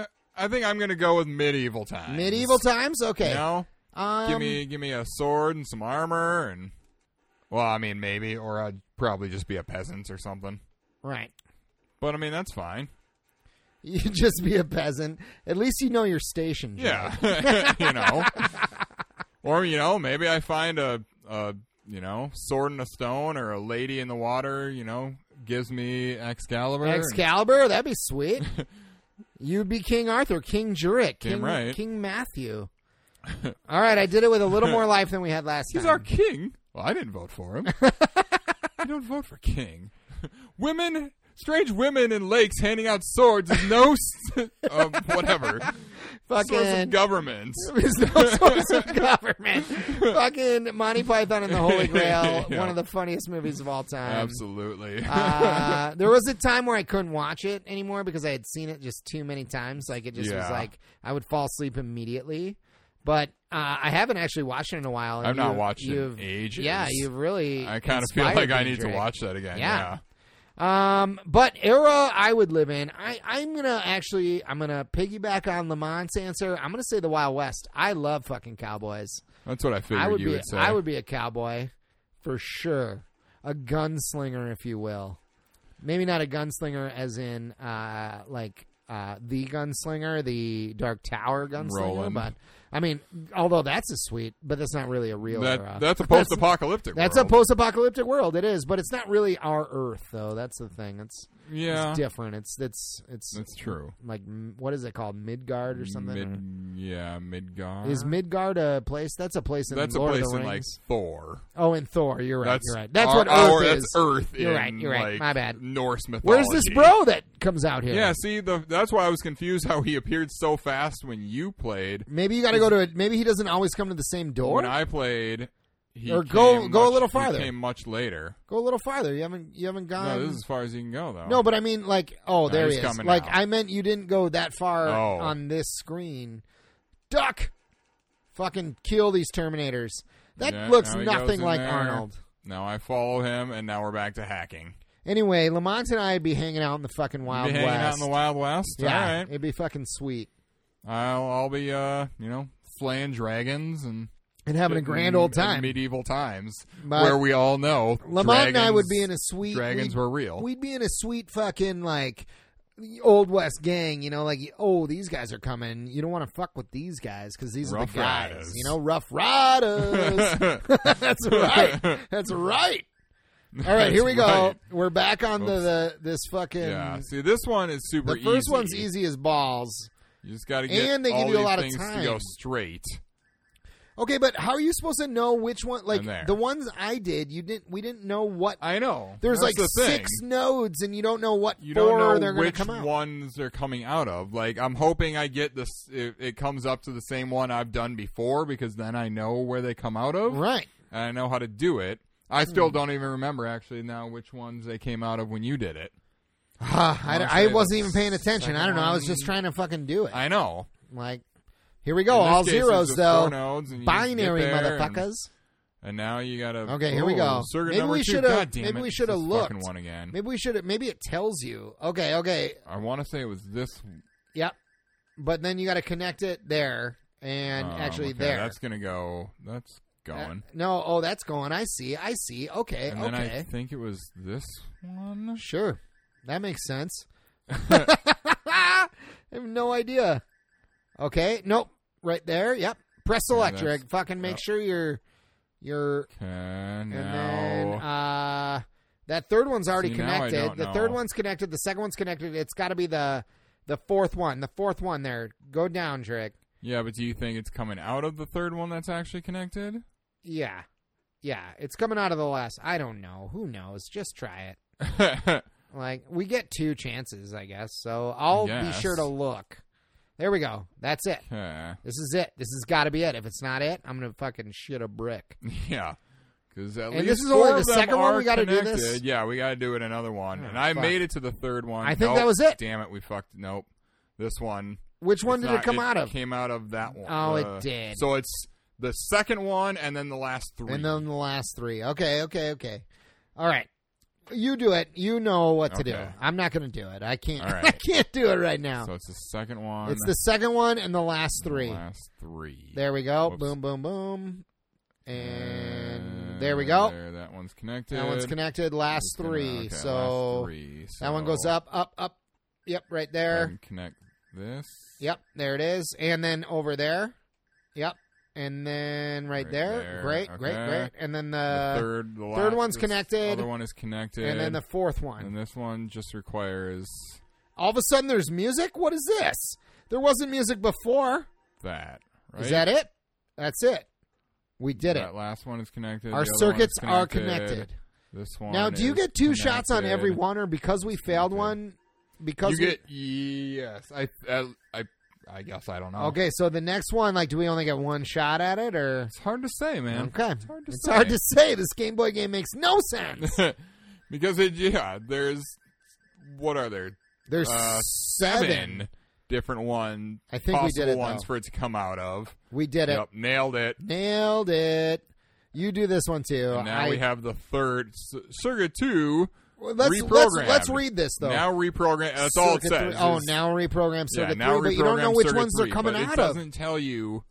Speaker 2: uh, I I think I'm gonna go with medieval times.
Speaker 1: Medieval times. Okay.
Speaker 2: You know?
Speaker 1: Um,
Speaker 2: give me give me a sword and some armor and well i mean maybe or i'd probably just be a peasant or something
Speaker 1: right.
Speaker 2: but i mean that's fine
Speaker 1: You just be a peasant. At least you know your station. Joe.
Speaker 2: yeah you know or you know maybe i find a, a you know sword and a stone or a lady in the water you know gives me excalibur and-
Speaker 1: Excalibur, that'd be sweet. You'd be King Arthur, King Juric,
Speaker 2: Damn
Speaker 1: King,
Speaker 2: right.
Speaker 1: King Matthew. All right, I did it with a little more life than we had last
Speaker 2: he's
Speaker 1: time.
Speaker 2: our king well i didn't vote for him you don't vote for king women strange women in lakes handing out swords is no s- uh, whatever source of
Speaker 1: fucking
Speaker 2: government.
Speaker 1: There's no source of government. fucking Monty Python and the Holy Grail,
Speaker 2: Yeah.
Speaker 1: one of the funniest movies of all time.
Speaker 2: Absolutely.
Speaker 1: Uh, there was a time where I couldn't watch it anymore because I had seen it just too many times. Like it just was
Speaker 2: Yeah.
Speaker 1: like I would fall asleep immediately. But uh, I haven't actually watched it in a while. and
Speaker 2: I've not
Speaker 1: you-
Speaker 2: watched it in
Speaker 1: you've-
Speaker 2: ages.
Speaker 1: Yeah, you've really.
Speaker 2: I kind of feel
Speaker 1: inspired
Speaker 2: like I
Speaker 1: me,
Speaker 2: need to
Speaker 1: Drake.
Speaker 2: watch that again.
Speaker 1: Yeah.
Speaker 2: Yeah.
Speaker 1: Um, but era I would live in. I I'm gonna actually I'm gonna piggyback on Lamont's answer. I'm gonna say the Wild West. I love fucking cowboys.
Speaker 2: That's what I figured
Speaker 1: I would
Speaker 2: you
Speaker 1: be
Speaker 2: would say.
Speaker 1: I would be a cowboy for sure, a gunslinger if you will. Maybe not a gunslinger as in uh like uh the gunslinger, the Dark Tower gunslinger,
Speaker 2: Roland.
Speaker 1: but I mean, although that's a sweet, but that's not really a real era.
Speaker 2: that, that's a post apocalyptic
Speaker 1: That's a post-apocalyptic world. It is, but it's not really our Earth, though. That's the thing. It's
Speaker 2: Yeah.
Speaker 1: it's different. It's it's it's
Speaker 2: That's true.
Speaker 1: like m- what is it called? Midgard or something? Or-
Speaker 2: Mid, yeah, Midgar.
Speaker 1: is Midgard a place? That's a place in
Speaker 2: that's a
Speaker 1: Lord
Speaker 2: place
Speaker 1: of the
Speaker 2: in like
Speaker 1: Rings.
Speaker 2: Thor.
Speaker 1: oh, in Thor. You're right.
Speaker 2: That's
Speaker 1: you're right. That's
Speaker 2: our-
Speaker 1: what
Speaker 2: our-
Speaker 1: Earth
Speaker 2: that's
Speaker 1: is.
Speaker 2: Earth.
Speaker 1: You're
Speaker 2: in,
Speaker 1: right, you're right.
Speaker 2: like,
Speaker 1: My bad.
Speaker 2: Norse mythology.
Speaker 1: Where's this bro that comes out here?
Speaker 2: Yeah. See, the that's why I was confused how he appeared so fast when you played.
Speaker 1: Maybe you got to go to it. Maybe he doesn't always come to the same door.
Speaker 2: when I played, he
Speaker 1: Or go-
Speaker 2: came
Speaker 1: go a
Speaker 2: much-
Speaker 1: little
Speaker 2: he
Speaker 1: farther.
Speaker 2: Came much later.
Speaker 1: go a little farther. You haven't you haven't gone.
Speaker 2: No, this is as far as you can go though.
Speaker 1: No, but I mean, like, oh, there
Speaker 2: he's
Speaker 1: he is.
Speaker 2: coming
Speaker 1: Like,
Speaker 2: now.
Speaker 1: I meant you didn't go that far
Speaker 2: Oh.
Speaker 1: on this screen. Duck, fucking kill these Terminators. That
Speaker 2: Yeah,
Speaker 1: looks
Speaker 2: now he goes
Speaker 1: nothing
Speaker 2: in
Speaker 1: like
Speaker 2: there.
Speaker 1: Arnold.
Speaker 2: Now I follow him, and now we're back to hacking.
Speaker 1: Anyway, Lamont and I'd be hanging out in the fucking
Speaker 2: Be
Speaker 1: Wild
Speaker 2: hanging
Speaker 1: West.
Speaker 2: out in the Wild West.
Speaker 1: yeah,
Speaker 2: All right.
Speaker 1: it'd be fucking sweet.
Speaker 2: I'll I'll be uh you know flaying dragons and
Speaker 1: And having a grand old
Speaker 2: and
Speaker 1: time.
Speaker 2: medieval times
Speaker 1: But-
Speaker 2: where we all know
Speaker 1: Lamont and I
Speaker 2: dragons-
Speaker 1: would be in a sweet.
Speaker 2: dragons
Speaker 1: we'd,
Speaker 2: were real.
Speaker 1: We'd be in a sweet fucking like old west gang. You know, like oh these guys are coming. You don't want to fuck with these guys because these are
Speaker 2: Rough
Speaker 1: the guys.
Speaker 2: Riders.
Speaker 1: You know, rough riders. That's right. That's right. All right, here we go.
Speaker 2: That's right.
Speaker 1: We're back on the, the this fucking.
Speaker 2: yeah. See, this one is super.
Speaker 1: the first
Speaker 2: easy.
Speaker 1: one's easy as balls.
Speaker 2: You just got to get
Speaker 1: And they give
Speaker 2: all
Speaker 1: you a
Speaker 2: these
Speaker 1: lot of
Speaker 2: things to
Speaker 1: time.
Speaker 2: go straight.
Speaker 1: Okay, but how are you supposed to know which one? Like
Speaker 2: I'm there.
Speaker 1: the ones I did, you didn't. We didn't know what.
Speaker 2: I know.
Speaker 1: There's like
Speaker 2: That's the thing.
Speaker 1: six nodes, and you don't know what
Speaker 2: You
Speaker 1: 4
Speaker 2: don't know
Speaker 1: they're going to
Speaker 2: which
Speaker 1: come out.
Speaker 2: ones they're coming out of. Like I'm hoping I get this. It, it comes up to the same one I've done before because then I know where they come out of.
Speaker 1: Right.
Speaker 2: and I know how to do it. I still
Speaker 1: Hmm.
Speaker 2: don't even remember actually now which ones they came out of when you did it.
Speaker 1: Ah,
Speaker 2: I'll
Speaker 1: I,
Speaker 2: say
Speaker 1: I
Speaker 2: the
Speaker 1: wasn't even paying attention. I don't know. I was
Speaker 2: second
Speaker 1: just trying to fucking do it.
Speaker 2: I know.
Speaker 1: like, here we go.
Speaker 2: In this
Speaker 1: Oh, All
Speaker 2: case, it's
Speaker 1: zeros
Speaker 2: just
Speaker 1: though.
Speaker 2: Four nodes and you just get
Speaker 1: Binary
Speaker 2: there And,
Speaker 1: motherfuckers.
Speaker 2: and now you gotta.
Speaker 1: Okay, here
Speaker 2: oh,
Speaker 1: we go.
Speaker 2: Circuit
Speaker 1: Maybe
Speaker 2: number
Speaker 1: we
Speaker 2: two.
Speaker 1: shoulda-
Speaker 2: God damn
Speaker 1: maybe
Speaker 2: it,
Speaker 1: we
Speaker 2: it's
Speaker 1: shoulda
Speaker 2: this fucking
Speaker 1: looked.
Speaker 2: one again.
Speaker 1: Maybe we should. Maybe it tells you. Okay. Okay.
Speaker 2: I want to say it was this.
Speaker 1: Yep. But then you got to connect it there and
Speaker 2: um,
Speaker 1: actually
Speaker 2: okay,
Speaker 1: there.
Speaker 2: That's gonna go. That's going.
Speaker 1: Uh, no, oh, that's going. I see. I see. Okay.
Speaker 2: and then I
Speaker 1: eh, okay.
Speaker 2: think it was this one.
Speaker 1: Sure. That makes sense. I have no idea. Okay. Nope. Right there. Yep. Press select.
Speaker 2: that's-
Speaker 1: Rick. Fucking make
Speaker 2: yep.
Speaker 1: sure you're you're
Speaker 2: Okay, now.
Speaker 1: and then uh that third one's already
Speaker 2: See, now I
Speaker 1: connected.
Speaker 2: don't
Speaker 1: The
Speaker 2: know.
Speaker 1: third one's connected. The second one's connected. It's got to be the the fourth one. The fourth one there. Go down, Drake.
Speaker 2: yeah, but do you think it's coming out of the third one that's actually connected?
Speaker 1: Yeah. Yeah. It's coming out of the last. I don't know. Who knows? Just try it. Like, we get two chances, I guess. So I'll be
Speaker 2: Yes.
Speaker 1: sure to look. There we go. That's it.
Speaker 2: okay.
Speaker 1: This is it. This has got to be it. If it's not it, I'm going to fucking shit a brick.
Speaker 2: Yeah. Because at
Speaker 1: And
Speaker 2: least
Speaker 1: this is
Speaker 2: four
Speaker 1: only the
Speaker 2: of them
Speaker 1: second one
Speaker 2: are
Speaker 1: we gotta do this?
Speaker 2: connected. Yeah, we got to do it another one.
Speaker 1: Oh,
Speaker 2: and I
Speaker 1: fuck.
Speaker 2: made it to the third one.
Speaker 1: I think
Speaker 2: Nope.
Speaker 1: that was it.
Speaker 2: Damn it, we fucked. Nope. This one.
Speaker 1: Which one
Speaker 2: it's
Speaker 1: did
Speaker 2: not-
Speaker 1: it come out of?
Speaker 2: Came out of that one.
Speaker 1: Oh, it
Speaker 2: Uh,
Speaker 1: did.
Speaker 2: So it's the second one and then the last three.
Speaker 1: And then the last three. Okay, okay, okay. All right. You do it. You know what to do.
Speaker 2: Okay.
Speaker 1: I'm not going to do it. I can't.
Speaker 2: All right.
Speaker 1: I can't do it right now.
Speaker 2: So it's the second one.
Speaker 1: it's the second one and the last three.
Speaker 2: Last three.
Speaker 1: There we go.
Speaker 2: Whoops.
Speaker 1: Boom, boom, boom. And
Speaker 2: Uh,
Speaker 1: there we go.
Speaker 2: There, that one's connected.
Speaker 1: That one's connected. Last
Speaker 2: It's gonna-
Speaker 1: three.
Speaker 2: okay,
Speaker 1: so
Speaker 2: last three.
Speaker 1: that one goes
Speaker 2: So
Speaker 1: up, up, up. Yep, right there.
Speaker 2: then Connect this.
Speaker 1: Yep, there it is. And then over there. Yep. And then right,
Speaker 2: Right
Speaker 1: there.
Speaker 2: there.
Speaker 1: Great, great,
Speaker 2: Okay.
Speaker 1: great. And then
Speaker 2: the
Speaker 1: the,
Speaker 2: third, the
Speaker 1: Uh, third
Speaker 2: la-
Speaker 1: one's
Speaker 2: this
Speaker 1: connected.
Speaker 2: Other one is connected,
Speaker 1: and then the fourth one.
Speaker 2: and this one just requires
Speaker 1: All of a sudden there's music? What is this? There wasn't music before.
Speaker 2: that. Right?
Speaker 1: Is that it? That's it. We did
Speaker 2: That
Speaker 1: it.
Speaker 2: last one is connected.
Speaker 1: Our
Speaker 2: the other one is
Speaker 1: circuits are
Speaker 2: connected.
Speaker 1: connected.
Speaker 2: This one.
Speaker 1: Now, do you
Speaker 2: is
Speaker 1: get two shots on every
Speaker 2: connected.
Speaker 1: one, or because we failed
Speaker 2: Connected.
Speaker 1: one? Because
Speaker 2: You
Speaker 1: we-
Speaker 2: get yes. I I I, I guess I don't know.
Speaker 1: okay, so the next one, like, do we only get one shot at it, or
Speaker 2: It's hard to say, man.
Speaker 1: okay?
Speaker 2: It's hard to
Speaker 1: It's
Speaker 2: say.
Speaker 1: hard to say. This Game Boy game makes no sense.
Speaker 2: because it, yeah, there's what are there
Speaker 1: There's
Speaker 2: Uh,
Speaker 1: seven.
Speaker 2: different one
Speaker 1: I think we
Speaker 2: possible
Speaker 1: did it,
Speaker 2: ones
Speaker 1: though.
Speaker 2: for it to come out of.
Speaker 1: We did it.
Speaker 2: Yep, nailed it.
Speaker 1: Nailed it. You do this one too.
Speaker 2: And now
Speaker 1: I-
Speaker 2: we have the third C- circuit two.
Speaker 1: Well, let's, let's
Speaker 2: reprogrammed.
Speaker 1: let's read this though.
Speaker 2: now reprogram. That's all it
Speaker 1: Circuit
Speaker 2: says.
Speaker 1: three- Oh,
Speaker 2: is-
Speaker 1: now reprogram
Speaker 2: yeah,
Speaker 1: circuit
Speaker 2: now
Speaker 1: three, but you don't know
Speaker 2: reprogram
Speaker 1: which
Speaker 2: circuit
Speaker 1: ones
Speaker 2: three,
Speaker 1: they're coming
Speaker 2: but
Speaker 1: out
Speaker 2: It
Speaker 1: of.
Speaker 2: doesn't tell you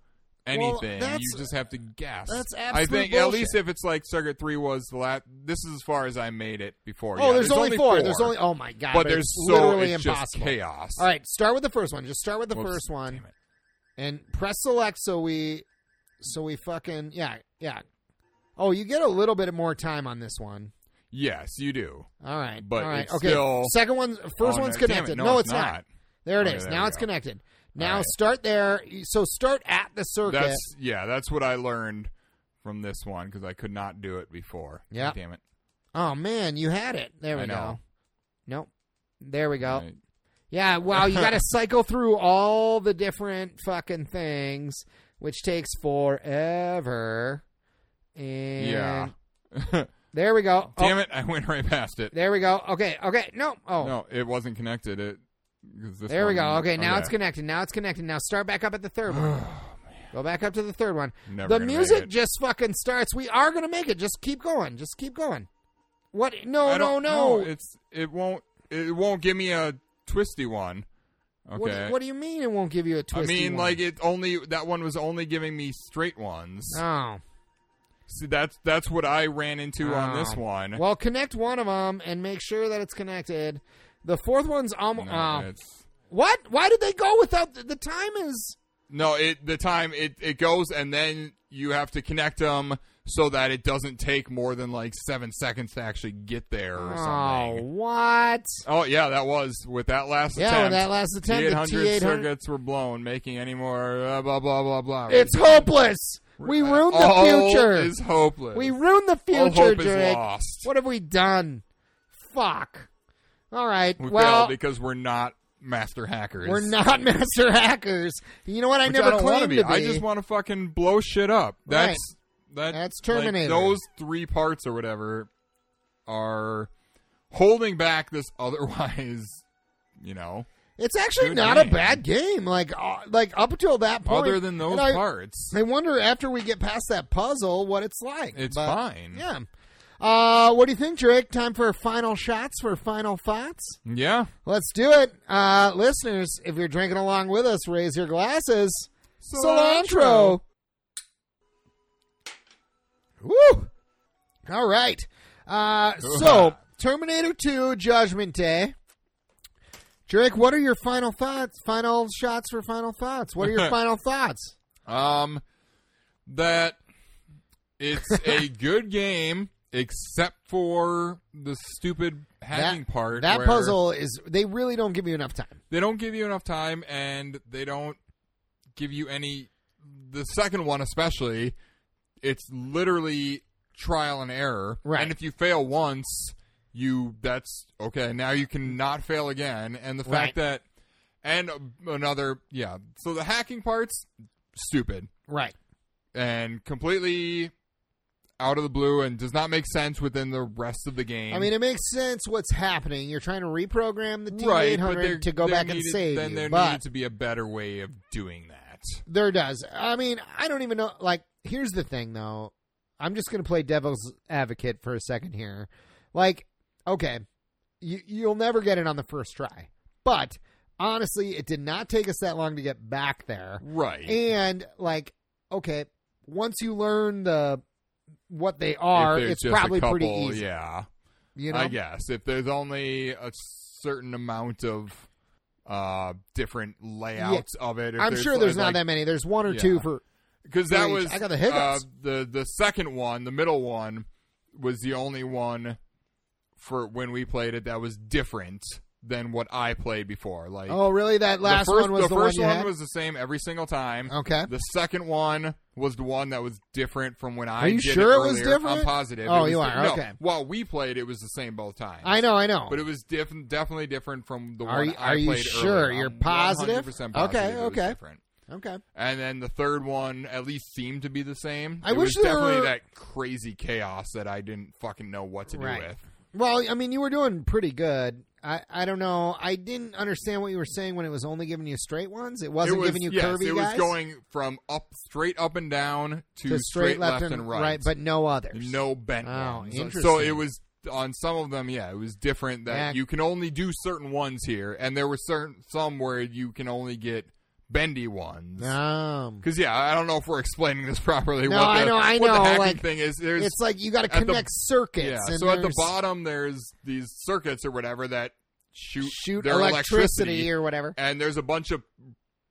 Speaker 1: Well,
Speaker 2: anything. you
Speaker 1: that's-
Speaker 2: just have to guess.
Speaker 1: that's
Speaker 2: I think
Speaker 1: absolute
Speaker 2: at least if it's like circuit three was the last. This is as far as I made it before.
Speaker 1: Oh,
Speaker 2: Yeah,
Speaker 1: there's, only four. There's only oh my god.
Speaker 2: but
Speaker 1: it's
Speaker 2: there's so
Speaker 1: literally
Speaker 2: it's just
Speaker 1: impossible.
Speaker 2: chaos.
Speaker 1: All right, start with the first one. Just start with the
Speaker 2: Whoops,
Speaker 1: first one
Speaker 2: damn it.
Speaker 1: and press select so we so we fucking yeah, yeah. Oh, you get a little bit more time on this one.
Speaker 2: Yes, you do.
Speaker 1: All right.
Speaker 2: But
Speaker 1: all right.
Speaker 2: it's
Speaker 1: okay.
Speaker 2: still-
Speaker 1: Second one's first
Speaker 2: Oh,
Speaker 1: one's
Speaker 2: no, damn it,
Speaker 1: connected.
Speaker 2: No,
Speaker 1: it's not. There it
Speaker 2: Okay,
Speaker 1: is.
Speaker 2: there
Speaker 1: now
Speaker 2: we
Speaker 1: it's
Speaker 2: go.
Speaker 1: connected. Now
Speaker 2: right.
Speaker 1: start there. So start at the circuit.
Speaker 2: That's yeah. That's what I learned from this one because I could not do it before.
Speaker 1: Yeah.
Speaker 2: damn it.
Speaker 1: oh man, you had it. There we
Speaker 2: I
Speaker 1: go.
Speaker 2: know.
Speaker 1: Nope. There we go.
Speaker 2: Right.
Speaker 1: Yeah, well, you got to cycle through all the different fucking things, which takes forever. And
Speaker 2: Yeah.
Speaker 1: there we go.
Speaker 2: Damn
Speaker 1: oh,
Speaker 2: it! I went right past it.
Speaker 1: There we go. Okay, okay. No. Oh,
Speaker 2: No, it wasn't connected. It. 'cause this
Speaker 1: there we go.
Speaker 2: one- Oh,
Speaker 1: Okay, now it's connected. Now it's connected. Now start back up at the third one. Go back up to the third one.
Speaker 2: Never
Speaker 1: the
Speaker 2: gonna make
Speaker 1: music
Speaker 2: it.
Speaker 1: just fucking starts. We are gonna make it. Just keep going. Just keep going. What? No,
Speaker 2: I
Speaker 1: Oh, no, no.
Speaker 2: don't- It's it won't it won't give me a twisty one. Okay.
Speaker 1: what, do, what do you mean it won't give you a
Speaker 2: I
Speaker 1: twist?
Speaker 2: mean, like it only that one was only giving me straight ones.
Speaker 1: oh.
Speaker 2: See, that's that's what I ran into on this
Speaker 1: Oh.
Speaker 2: one.
Speaker 1: Well, connect one of them and make sure that it's connected. The fourth one's almost.
Speaker 2: no, it's,
Speaker 1: what? Why did they go without the, the time? Is
Speaker 2: no, it the time it it goes and then you have to connect them so that it doesn't take more than like seven seconds to actually get there or
Speaker 1: oh
Speaker 2: something.
Speaker 1: what?
Speaker 2: Oh yeah, that was with that last
Speaker 1: Yeah,
Speaker 2: attempt.
Speaker 1: with that last attempt, the
Speaker 2: T800
Speaker 1: T800
Speaker 2: circuits were blown, making any more uh, blah blah blah blah.
Speaker 1: It's hopeless. We ruined the
Speaker 2: all
Speaker 1: future.
Speaker 2: Is hopeless.
Speaker 1: We ruined the
Speaker 2: All
Speaker 1: future,
Speaker 2: hope is
Speaker 1: Drake.
Speaker 2: lost.
Speaker 1: What have we done? Fuck. All right.
Speaker 2: we
Speaker 1: well,
Speaker 2: failed because we're not master hackers.
Speaker 1: we're not master hackers. You know what? I
Speaker 2: Which
Speaker 1: never
Speaker 2: don't
Speaker 1: claimed
Speaker 2: wanna be.
Speaker 1: to be.
Speaker 2: I just want to fucking blow shit up. That's that-
Speaker 1: That's
Speaker 2: like,
Speaker 1: Terminator.
Speaker 2: those three parts or whatever are holding back this otherwise, you know,
Speaker 1: it's actually
Speaker 2: Good
Speaker 1: not a
Speaker 2: game.
Speaker 1: bad game. Like, uh, like up until that point.
Speaker 2: other than those
Speaker 1: and I,
Speaker 2: parts.
Speaker 1: I wonder after we get past that puzzle what it's like.
Speaker 2: It's
Speaker 1: But,
Speaker 2: fine.
Speaker 1: Yeah. Uh, what do you think, Drake? Time for final shots for final thoughts?
Speaker 2: Yeah.
Speaker 1: Let's do it. Uh, listeners, if you're drinking along with us, raise your glasses. Cilantro. Woo! All right. Uh, so, Terminator 2 Judgment Day. Drake, what are your final thoughts? Final shots for final thoughts. What are your final thoughts?
Speaker 2: Um, that it's a good game except for the stupid hacking
Speaker 1: That,
Speaker 2: part.
Speaker 1: that
Speaker 2: where
Speaker 1: puzzle is, they really don't give you enough time.
Speaker 2: They don't give you enough time, and they don't give you any. The second one, especially, it's literally trial and error.
Speaker 1: Right.
Speaker 2: And if you fail once, you that's okay. Now you cannot fail again. And the
Speaker 1: Right.
Speaker 2: fact that and another yeah. So the hacking parts stupid
Speaker 1: Right.
Speaker 2: and completely out of the blue and does not make sense within the rest of the game.
Speaker 1: I mean, it makes sense what's happening. You're trying to reprogram the T800
Speaker 2: right? But there,
Speaker 1: to go
Speaker 2: there
Speaker 1: back and
Speaker 2: needed-
Speaker 1: save
Speaker 2: Then
Speaker 1: you,
Speaker 2: there
Speaker 1: but
Speaker 2: needed to be a better way of doing that.
Speaker 1: there does. I mean, I don't even know. Like, here's the thing, though. I'm just going to play devil's advocate for a second here. Like, okay, you, you'll never get it on the first try, but honestly, it did not take us that long to get back there.
Speaker 2: Right.
Speaker 1: And like, okay, once you learn the what they are,
Speaker 2: If there's
Speaker 1: it's
Speaker 2: just a
Speaker 1: probably pretty
Speaker 2: couple,
Speaker 1: easy.
Speaker 2: Yeah,
Speaker 1: You know,
Speaker 2: I guess if there's only a certain amount of uh different layouts of it, if
Speaker 1: I'm sure there's not
Speaker 2: like,
Speaker 1: that many. There's one or
Speaker 2: Yeah.
Speaker 1: two for
Speaker 2: because that
Speaker 1: Wait,
Speaker 2: was
Speaker 1: I got the hiccups.
Speaker 2: Uh, the the second one, the middle one, was the only one for when we played it that was different than what I played before. Like
Speaker 1: Oh, really? That last
Speaker 2: the first,
Speaker 1: one was the,
Speaker 2: first
Speaker 1: one
Speaker 2: one,
Speaker 1: you had.
Speaker 2: was the same every single time.
Speaker 1: okay.
Speaker 2: The second one was the one that was different from when I
Speaker 1: Are you
Speaker 2: did
Speaker 1: sure
Speaker 2: it,
Speaker 1: it was
Speaker 2: earlier.
Speaker 1: different?
Speaker 2: I'm positive.
Speaker 1: Oh,
Speaker 2: It was
Speaker 1: you
Speaker 2: di-
Speaker 1: are,
Speaker 2: no,
Speaker 1: okay.
Speaker 2: While we played, it was the same both times.
Speaker 1: I know, I know.
Speaker 2: But it was diff- definitely different from the
Speaker 1: Are
Speaker 2: one
Speaker 1: you-
Speaker 2: I
Speaker 1: are you
Speaker 2: played
Speaker 1: sure?
Speaker 2: earlier.
Speaker 1: You're
Speaker 2: I'm
Speaker 1: positive?
Speaker 2: 100%
Speaker 1: Okay,
Speaker 2: positive it was
Speaker 1: okay.
Speaker 2: different.
Speaker 1: okay.
Speaker 2: And then the third one at least seemed to be the same.
Speaker 1: I
Speaker 2: it
Speaker 1: wish
Speaker 2: was
Speaker 1: there
Speaker 2: definitely
Speaker 1: were-
Speaker 2: that crazy chaos that I didn't fucking know what to
Speaker 1: Right.
Speaker 2: do with.
Speaker 1: Well, I mean, you were doing pretty good. I, I don't know. I didn't understand what you were saying when it was only giving you straight ones. It wasn't
Speaker 2: it was,
Speaker 1: giving you
Speaker 2: yes,
Speaker 1: curvy
Speaker 2: it
Speaker 1: guys.
Speaker 2: was going from up straight up and down to,
Speaker 1: to straight, left, and,
Speaker 2: right.
Speaker 1: but no others.
Speaker 2: no bent
Speaker 1: Oh,
Speaker 2: ones. So- So
Speaker 1: interesting.
Speaker 2: it was on some of them, yeah, it was different that
Speaker 1: Yeah.
Speaker 2: you can only do certain ones here, and there were certain some where you can only get bendy ones.
Speaker 1: Um,
Speaker 2: Because yeah, I don't know if we're explaining this properly.
Speaker 1: No,
Speaker 2: what the,
Speaker 1: I know- I
Speaker 2: what the
Speaker 1: know,
Speaker 2: hacking
Speaker 1: like,
Speaker 2: thing is there's
Speaker 1: it's like you got to
Speaker 2: at the-
Speaker 1: connect circuits.
Speaker 2: yeah.
Speaker 1: and
Speaker 2: So at the
Speaker 1: there's
Speaker 2: bottom, there's these circuits or whatever that shoot
Speaker 1: shoot
Speaker 2: their
Speaker 1: electricity or whatever.
Speaker 2: and there's a bunch of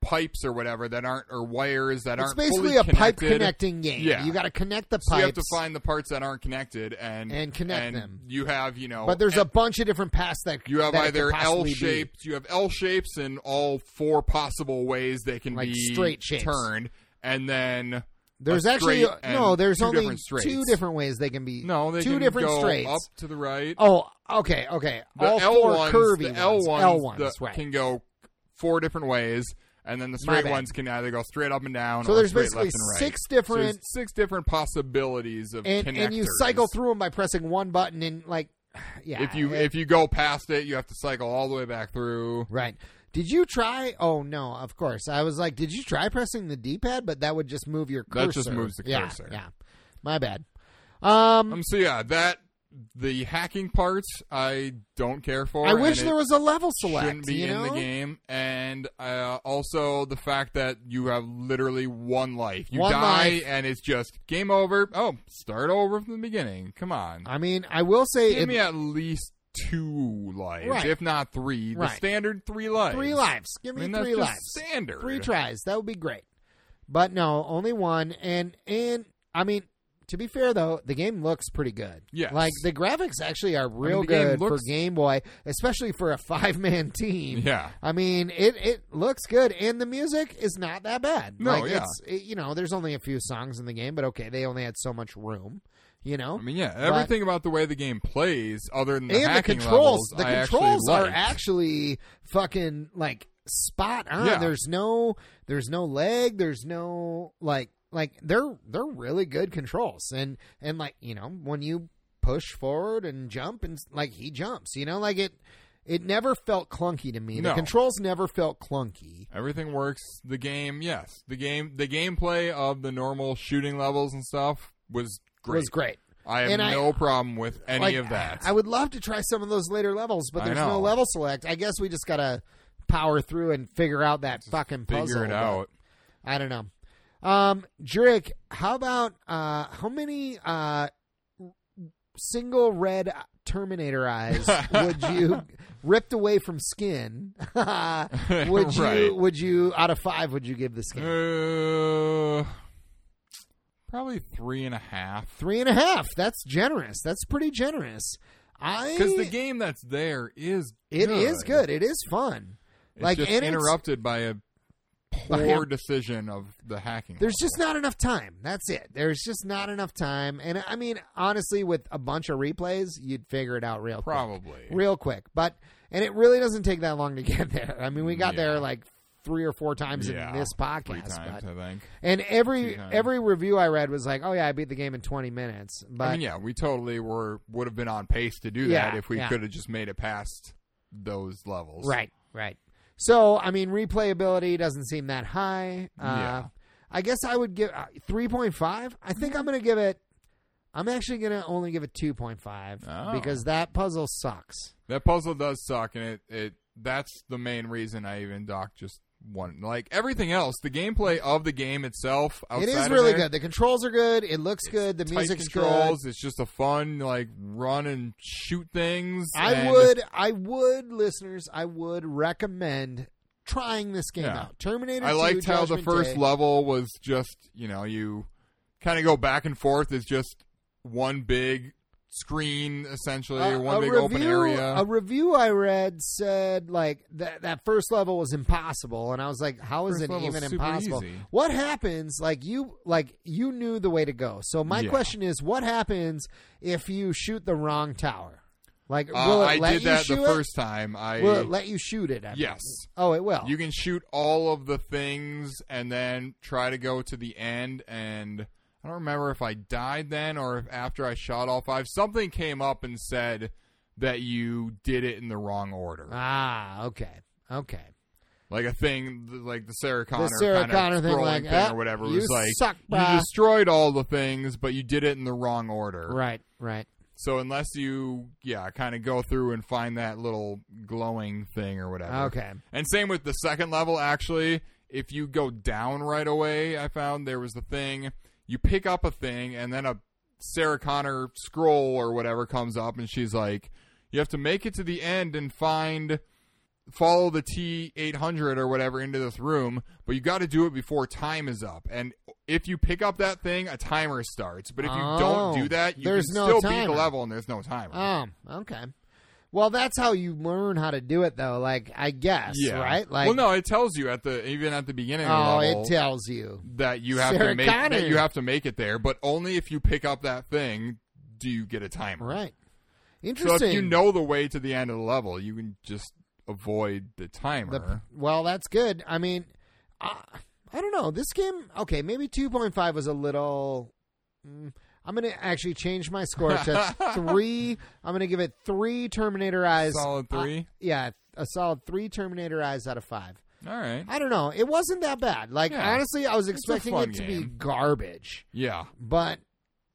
Speaker 2: pipes or whatever that aren't or wires that
Speaker 1: It's
Speaker 2: aren't
Speaker 1: basically
Speaker 2: fully
Speaker 1: a pipe
Speaker 2: connected.
Speaker 1: connecting game.
Speaker 2: Yeah.
Speaker 1: you got to connect the pipes.
Speaker 2: So you have to find the parts that aren't connected and
Speaker 1: And connect
Speaker 2: and
Speaker 1: them.
Speaker 2: You have you know,
Speaker 1: but there's a bunch of different paths that
Speaker 2: you have
Speaker 1: that it
Speaker 2: either
Speaker 1: could
Speaker 2: L
Speaker 1: possibly be.
Speaker 2: shapes. You have L shapes in all four possible ways they can
Speaker 1: Like
Speaker 2: be
Speaker 1: straight shapes.
Speaker 2: turned, and then
Speaker 1: There's
Speaker 2: a
Speaker 1: actually
Speaker 2: straight and
Speaker 1: no. There's
Speaker 2: two
Speaker 1: only
Speaker 2: different straights.
Speaker 1: two different ways they can be.
Speaker 2: no, they
Speaker 1: two
Speaker 2: can
Speaker 1: different
Speaker 2: go
Speaker 1: straights.
Speaker 2: up to the right.
Speaker 1: Oh, okay, okay.
Speaker 2: the
Speaker 1: All
Speaker 2: L
Speaker 1: four
Speaker 2: ones,
Speaker 1: curvy
Speaker 2: the L
Speaker 1: ones,
Speaker 2: ones,
Speaker 1: L ones,
Speaker 2: the-
Speaker 1: right?
Speaker 2: can go four different ways, and then the
Speaker 1: My
Speaker 2: straight
Speaker 1: bad.
Speaker 2: ones can either go straight up and down.
Speaker 1: So
Speaker 2: or
Speaker 1: there's
Speaker 2: straight
Speaker 1: basically
Speaker 2: left and right.
Speaker 1: six
Speaker 2: So there's
Speaker 1: different-
Speaker 2: six different possibilities of
Speaker 1: and and you
Speaker 2: connectors.
Speaker 1: cycle through them by pressing one button and like, yeah.
Speaker 2: If you
Speaker 1: it-
Speaker 2: if you go past it, you have to cycle all the way back through.
Speaker 1: right. Did you try? Oh no, of course. I was like, did you try pressing the D-pad? But that would just move your cursor.
Speaker 2: That just moves the
Speaker 1: yeah,
Speaker 2: cursor.
Speaker 1: Yeah, my bad. Um,
Speaker 2: Um. So yeah, that the hacking parts I don't care for.
Speaker 1: I
Speaker 2: and
Speaker 1: wish
Speaker 2: it
Speaker 1: there was a level select.
Speaker 2: Shouldn't be
Speaker 1: you
Speaker 2: in
Speaker 1: know?
Speaker 2: the game, and uh, also the fact that you have literally one life. You
Speaker 1: One
Speaker 2: die,
Speaker 1: life.
Speaker 2: and it's just game over. Oh, start over from the beginning. Come on,
Speaker 1: I mean, I will say,
Speaker 2: give
Speaker 1: it,
Speaker 2: me at least two lives,
Speaker 1: Right.
Speaker 2: if not three.
Speaker 1: Right.
Speaker 2: The standard three lives.
Speaker 1: three lives. Give
Speaker 2: I
Speaker 1: me
Speaker 2: mean, that's
Speaker 1: three
Speaker 2: just
Speaker 1: lives.
Speaker 2: standard.
Speaker 1: three tries. That would be great. But no, only one. And and I mean, to be fair though, the game looks pretty good.
Speaker 2: Yes.
Speaker 1: like the graphics actually are real
Speaker 2: the game
Speaker 1: good
Speaker 2: looks-
Speaker 1: for Game Boy, especially for a five man team.
Speaker 2: Yeah.
Speaker 1: I mean, it it looks good, and the music is not that bad.
Speaker 2: No,
Speaker 1: like,
Speaker 2: yeah.
Speaker 1: it's it- you know, there's only a few songs in the game, but okay, they only had so much room, you know.
Speaker 2: I mean, yeah, everything about the way the game plays, other than the
Speaker 1: and the
Speaker 2: hacking
Speaker 1: controls,
Speaker 2: levels,
Speaker 1: the
Speaker 2: I actually
Speaker 1: controls are
Speaker 2: like.
Speaker 1: actually fucking like spot on.
Speaker 2: Yeah.
Speaker 1: There's no, there's no leg. There's no like, like they're they're really good controls, and and like you know when you push forward and jump and like he jumps, you know, like it. It never felt clunky to me. The
Speaker 2: No.
Speaker 1: controls never felt clunky.
Speaker 2: Everything works. The game, yes, the game, the gameplay of the normal shooting levels and stuff was great.
Speaker 1: was great.
Speaker 2: I have
Speaker 1: And I-
Speaker 2: no problem with any
Speaker 1: Like,
Speaker 2: of that.
Speaker 1: I would love to try some of those later levels, but
Speaker 2: I
Speaker 1: there's
Speaker 2: know.
Speaker 1: no level select. I guess we just gotta power through and figure out that fucking
Speaker 2: Figure
Speaker 1: puzzle.
Speaker 2: it
Speaker 1: but
Speaker 2: out.
Speaker 1: I don't know. Um, Jurek, how about uh, how many uh, single red Terminator eyes would you ripped away from skin? would you
Speaker 2: Right.
Speaker 1: would you out of five would you give the skin?
Speaker 2: Uh, probably three and a half.
Speaker 1: Three and a half. That's generous. That's pretty generous. I
Speaker 2: Because the game that's there is
Speaker 1: It
Speaker 2: good.
Speaker 1: is good. It is fun.
Speaker 2: It's
Speaker 1: like
Speaker 2: just
Speaker 1: and it's-
Speaker 2: interrupted by a
Speaker 1: By a-
Speaker 2: poor decision of the hacking.
Speaker 1: There's just not enough time. That's it. There's just not enough time. And I mean, honestly, with a bunch of replays, you'd figure it out real quick.
Speaker 2: probably
Speaker 1: real quick. But and it really doesn't take that long to get there. I mean, we got
Speaker 2: Yeah.
Speaker 1: there like three or four times
Speaker 2: Yeah,
Speaker 1: in this
Speaker 2: three
Speaker 1: podcast.
Speaker 2: times,
Speaker 1: but-
Speaker 2: I think.
Speaker 1: and every
Speaker 2: Few times.
Speaker 1: every review I read was like, "Oh yeah, I beat the game in 20 minutes." But
Speaker 2: I mean, yeah, we totally were would have been on pace to do
Speaker 1: Yeah,
Speaker 2: that if we
Speaker 1: yeah.
Speaker 2: could have just made it past those levels.
Speaker 1: right, right. So I mean, replayability doesn't seem that high. Uh,
Speaker 2: Yeah.
Speaker 1: I guess I would give uh, 3.5. I think I'm going to give it. I'm actually going to only give it 2.5
Speaker 2: Oh.
Speaker 1: because that puzzle sucks.
Speaker 2: That puzzle does suck, and it, it that's the main reason I even docked just one. Like everything else, the gameplay of the game itself, outside
Speaker 1: It is
Speaker 2: of
Speaker 1: really
Speaker 2: there,
Speaker 1: good. The controls are good. It looks good. The
Speaker 2: tight
Speaker 1: music's good.
Speaker 2: controls. It's just a fun like run and shoot things.
Speaker 1: I
Speaker 2: and-
Speaker 1: would, I would, listeners, I would recommend trying this game
Speaker 2: Yeah.
Speaker 1: out. Terminator.
Speaker 2: I
Speaker 1: 2,
Speaker 2: liked how the
Speaker 1: Judgment
Speaker 2: first
Speaker 1: Day.
Speaker 2: level was just you know you kind of go back and forth. It's just one big screen essentially,
Speaker 1: Uh,
Speaker 2: or one
Speaker 1: a
Speaker 2: big
Speaker 1: review,
Speaker 2: open area.
Speaker 1: A review I read said like that that first level was impossible, and I was like, how is
Speaker 2: First
Speaker 1: it
Speaker 2: level's
Speaker 1: even
Speaker 2: super
Speaker 1: impossible?
Speaker 2: easy.
Speaker 1: What happens? Like you, like you knew the way to go. So my
Speaker 2: Yeah.
Speaker 1: question is, what happens if you shoot the wrong tower? Like, will
Speaker 2: Uh,
Speaker 1: it
Speaker 2: I
Speaker 1: let
Speaker 2: did
Speaker 1: you
Speaker 2: that
Speaker 1: shoot
Speaker 2: the first time. I
Speaker 1: it? Will it let you shoot it? I mean?
Speaker 2: yes.
Speaker 1: Oh, it will.
Speaker 2: You can shoot all of the things and then try to go to the end. And I don't remember if I died then or if after I shot all five, something came up and said that you did it in the wrong order.
Speaker 1: ah, okay, okay.
Speaker 2: like a thing, th- like the Sarah Connor,
Speaker 1: the Sarah
Speaker 2: kind
Speaker 1: Connor
Speaker 2: of
Speaker 1: thing,
Speaker 2: scrolling
Speaker 1: like
Speaker 2: thing
Speaker 1: "Ah,
Speaker 2: or whatever. It
Speaker 1: You
Speaker 2: was like
Speaker 1: suck,
Speaker 2: you
Speaker 1: bruh."
Speaker 2: destroyed all the things, but you did it in the wrong order.
Speaker 1: right, right.
Speaker 2: So unless you, yeah, kind of go through and find that little glowing thing or whatever.
Speaker 1: Ah, Okay,
Speaker 2: And same with the second level, actually. If you go down right away, I found there was the thing. You pick up a thing, and then a Sarah Connor scroll or whatever comes up, and she's like, You have to make it to the end and find. Follow the T 800 or whatever into this room, but you got to do it before time is up. And if you pick up that thing, a timer starts. But if you
Speaker 1: Oh,
Speaker 2: don't do that, you
Speaker 1: there's
Speaker 2: can
Speaker 1: no
Speaker 2: still beat
Speaker 1: timer.
Speaker 2: the level, and there's no timer.
Speaker 1: um, okay. Well, that's how you learn how to do it, though. Like, I guess, right? Like,
Speaker 2: well, no, it tells you at the even at the beginning.
Speaker 1: oh,
Speaker 2: of the level,
Speaker 1: it tells you.
Speaker 2: that you have
Speaker 1: Sarah
Speaker 2: to make
Speaker 1: Connor.
Speaker 2: that you have to make it there, but only if you pick up that thing do you get a timer.
Speaker 1: Right.
Speaker 2: So
Speaker 1: Interesting.
Speaker 2: if you know the way to the end of the level, you can just avoid the timer.
Speaker 1: The- well, that's good. I mean, I, I don't know. This game, okay, maybe 2.5 was a little. mm, I'm going to actually change my score to three. I'm going to give it three Terminator eyes.
Speaker 2: Solid
Speaker 1: Uh,
Speaker 2: three?
Speaker 1: yeah, a solid three Terminator eyes out of five.
Speaker 2: All right.
Speaker 1: I don't know. It wasn't that bad. Like,
Speaker 2: Yeah.
Speaker 1: honestly, I was
Speaker 2: It's a
Speaker 1: expecting
Speaker 2: fun
Speaker 1: it to be
Speaker 2: game.
Speaker 1: garbage.
Speaker 2: Yeah.
Speaker 1: But,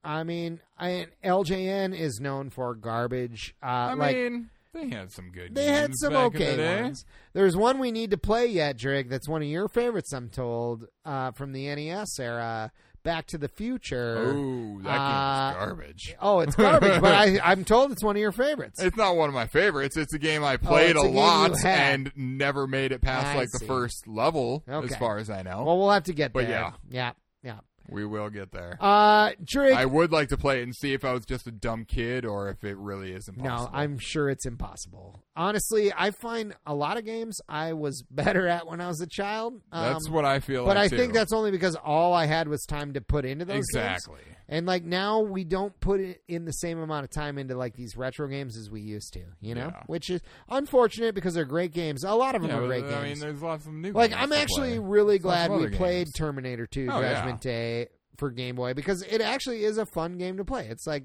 Speaker 1: I mean, I, LJN is known for garbage. Uh,
Speaker 2: I
Speaker 1: like,
Speaker 2: mean, they had some good
Speaker 1: they
Speaker 2: games
Speaker 1: had some
Speaker 2: back in the
Speaker 1: okay
Speaker 2: day.
Speaker 1: ones. There's one we need to play yet, Drake. That's one of your favorites, I'm told, uh, from the NES era, Back to the Future.
Speaker 2: Oh, that
Speaker 1: Uh,
Speaker 2: game was garbage.
Speaker 1: Oh, it's garbage, but I, I'm told it's one of your favorites.
Speaker 2: It's not one of my favorites. It's a game I played
Speaker 1: Oh, it's a
Speaker 2: a,
Speaker 1: game you
Speaker 2: lot
Speaker 1: had.
Speaker 2: and never made it past
Speaker 1: I
Speaker 2: like the
Speaker 1: see.
Speaker 2: first level
Speaker 1: Okay.
Speaker 2: as far as I know.
Speaker 1: well, we'll have to get
Speaker 2: But
Speaker 1: there.
Speaker 2: yeah.
Speaker 1: yeah, yeah.
Speaker 2: We will get there.
Speaker 1: Uh, Drake.
Speaker 2: I would like to play it and see if I was just a dumb kid or if it really is impossible.
Speaker 1: No, I'm sure it's impossible. Honestly, I find a lot of games I was better at when I was a child. Um,
Speaker 2: That's what I feel.
Speaker 1: but
Speaker 2: like
Speaker 1: I think
Speaker 2: too.
Speaker 1: that's only because all I had was time to put into those games.
Speaker 2: exactly.
Speaker 1: And like now we don't put it in the same amount of time into like these retro games as we used to, you know?
Speaker 2: Yeah.
Speaker 1: Which is unfortunate because they're great games. A lot of them
Speaker 2: Yeah,
Speaker 1: are
Speaker 2: but,
Speaker 1: great
Speaker 2: I
Speaker 1: games.
Speaker 2: mean, there's lots of new.
Speaker 1: like
Speaker 2: games
Speaker 1: I'm
Speaker 2: to
Speaker 1: actually
Speaker 2: play.
Speaker 1: really
Speaker 2: lots
Speaker 1: glad
Speaker 2: of
Speaker 1: we
Speaker 2: other
Speaker 1: played
Speaker 2: games.
Speaker 1: Terminator 2
Speaker 2: Oh, yeah.
Speaker 1: Judgment Day for Game Boy because it actually is a fun game to play. It's like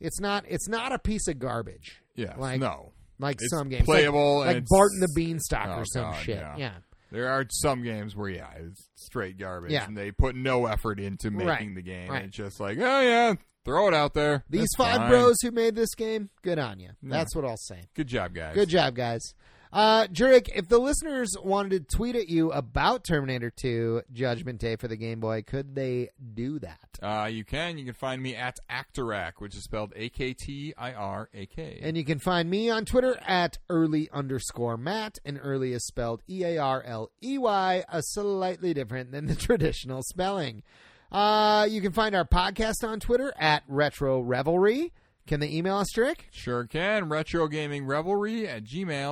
Speaker 1: it's not it's not a piece of garbage.
Speaker 2: Yeah,
Speaker 1: like-
Speaker 2: no,
Speaker 1: Like
Speaker 2: It's
Speaker 1: some games. Like-
Speaker 2: playable
Speaker 1: Like,
Speaker 2: and it's-
Speaker 1: Bart and the Beanstalk
Speaker 2: Oh,
Speaker 1: or some
Speaker 2: God,
Speaker 1: shit.
Speaker 2: yeah.
Speaker 1: yeah.
Speaker 2: There are some games where yeah, it's straight garbage,
Speaker 1: Yeah.
Speaker 2: and they put no effort into making
Speaker 1: Right,
Speaker 2: the game.
Speaker 1: right.
Speaker 2: It's just like, oh yeah, throw it out there.
Speaker 1: These
Speaker 2: It's
Speaker 1: five
Speaker 2: fine.
Speaker 1: bros who made this game, good on you.
Speaker 2: Yeah.
Speaker 1: That's what I'll say.
Speaker 2: Good job, guys.
Speaker 1: Good job, guys. Uh, Jurek, if the listeners wanted to tweet at you about Terminator 2 Judgment Day for the Game Boy, could they do that?
Speaker 2: Uh, you can. You can find me at Actorac, which is spelled A K T I R A K.
Speaker 1: And you can find me on Twitter at early underscore Matt, and early is spelled E A R L E Y, a slightly different than the traditional spelling. Uh, you can find our podcast on Twitter at Retro Revelry. Can they email us, Jurek?
Speaker 2: Sure can. Retro Gaming Revelry at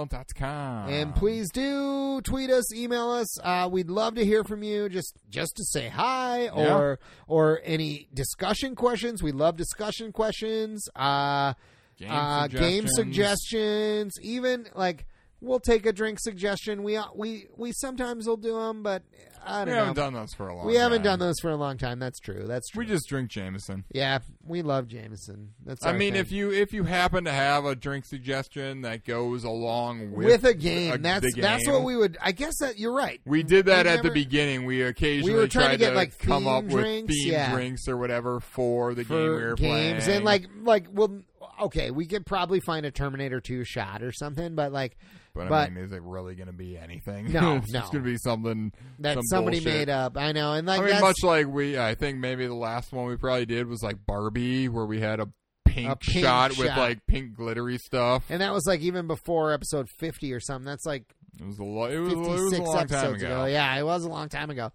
Speaker 2: gmail.com.
Speaker 1: And please do tweet us, email us. Uh, we'd love to hear from you. Just just to say hi or or any discussion questions. We love discussion questions. Uh,
Speaker 2: game,
Speaker 1: uh, game
Speaker 2: suggestions.
Speaker 1: suggestions. Even like we'll take a drink suggestion. We uh, we we sometimes will do them, but I
Speaker 2: We
Speaker 1: don't know.
Speaker 2: haven't done those for a long
Speaker 1: we haven't
Speaker 2: time.
Speaker 1: done those for a long time. That's true. That's true.
Speaker 2: We just drink Jameson.
Speaker 1: yeah, we love Jameson. That's
Speaker 2: I
Speaker 1: our
Speaker 2: mean,
Speaker 1: thing.
Speaker 2: if you if you happen to have a drink suggestion that goes along with,
Speaker 1: with, a game,
Speaker 2: a-
Speaker 1: that's
Speaker 2: the
Speaker 1: that's
Speaker 2: game-
Speaker 1: what we would. I guess that you're right.
Speaker 2: We did that
Speaker 1: We
Speaker 2: at the
Speaker 1: never-
Speaker 2: beginning. We occasionally
Speaker 1: We were trying to
Speaker 2: tried
Speaker 1: get, like,
Speaker 2: come
Speaker 1: theme
Speaker 2: up
Speaker 1: drinks,
Speaker 2: with theme
Speaker 1: yeah.
Speaker 2: drinks or whatever for the game
Speaker 1: for
Speaker 2: we were
Speaker 1: games
Speaker 2: playing.
Speaker 1: and like like well okay we could probably find a terminator 2 shot or something but like
Speaker 2: but, I
Speaker 1: but-
Speaker 2: mean, is it really going to be anything?
Speaker 1: No,
Speaker 2: it's
Speaker 1: no.
Speaker 2: just going to be something
Speaker 1: that
Speaker 2: some
Speaker 1: somebody made
Speaker 2: bullshit.
Speaker 1: up i know and like
Speaker 2: I mean,
Speaker 1: that's
Speaker 2: much like we, I think maybe the last one we probably did was like Barbie, where we had a pink,
Speaker 1: A pink
Speaker 2: shot, with
Speaker 1: shot.
Speaker 2: like pink glittery stuff.
Speaker 1: and that was like even before episode 50 or something that's like
Speaker 2: It was a lo- it was, it was
Speaker 1: 56
Speaker 2: a long time
Speaker 1: episodes
Speaker 2: ago.
Speaker 1: ago. yeah it was a long time ago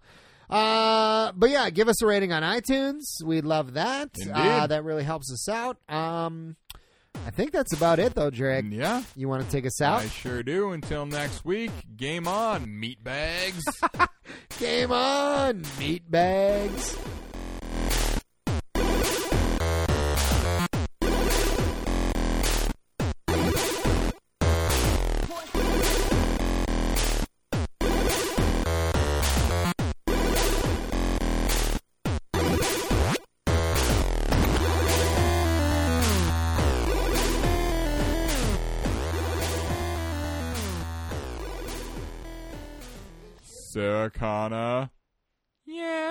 Speaker 1: uh but yeah give us a rating on itunes we love that
Speaker 2: Indeed.
Speaker 1: uh that really helps us out um i think that's about it though Jarek.
Speaker 2: And yeah,
Speaker 1: you want to take us out
Speaker 2: I sure do. Until next week, game on, meatbags.
Speaker 1: game on meat bags
Speaker 2: Sarah Connor. Yeah.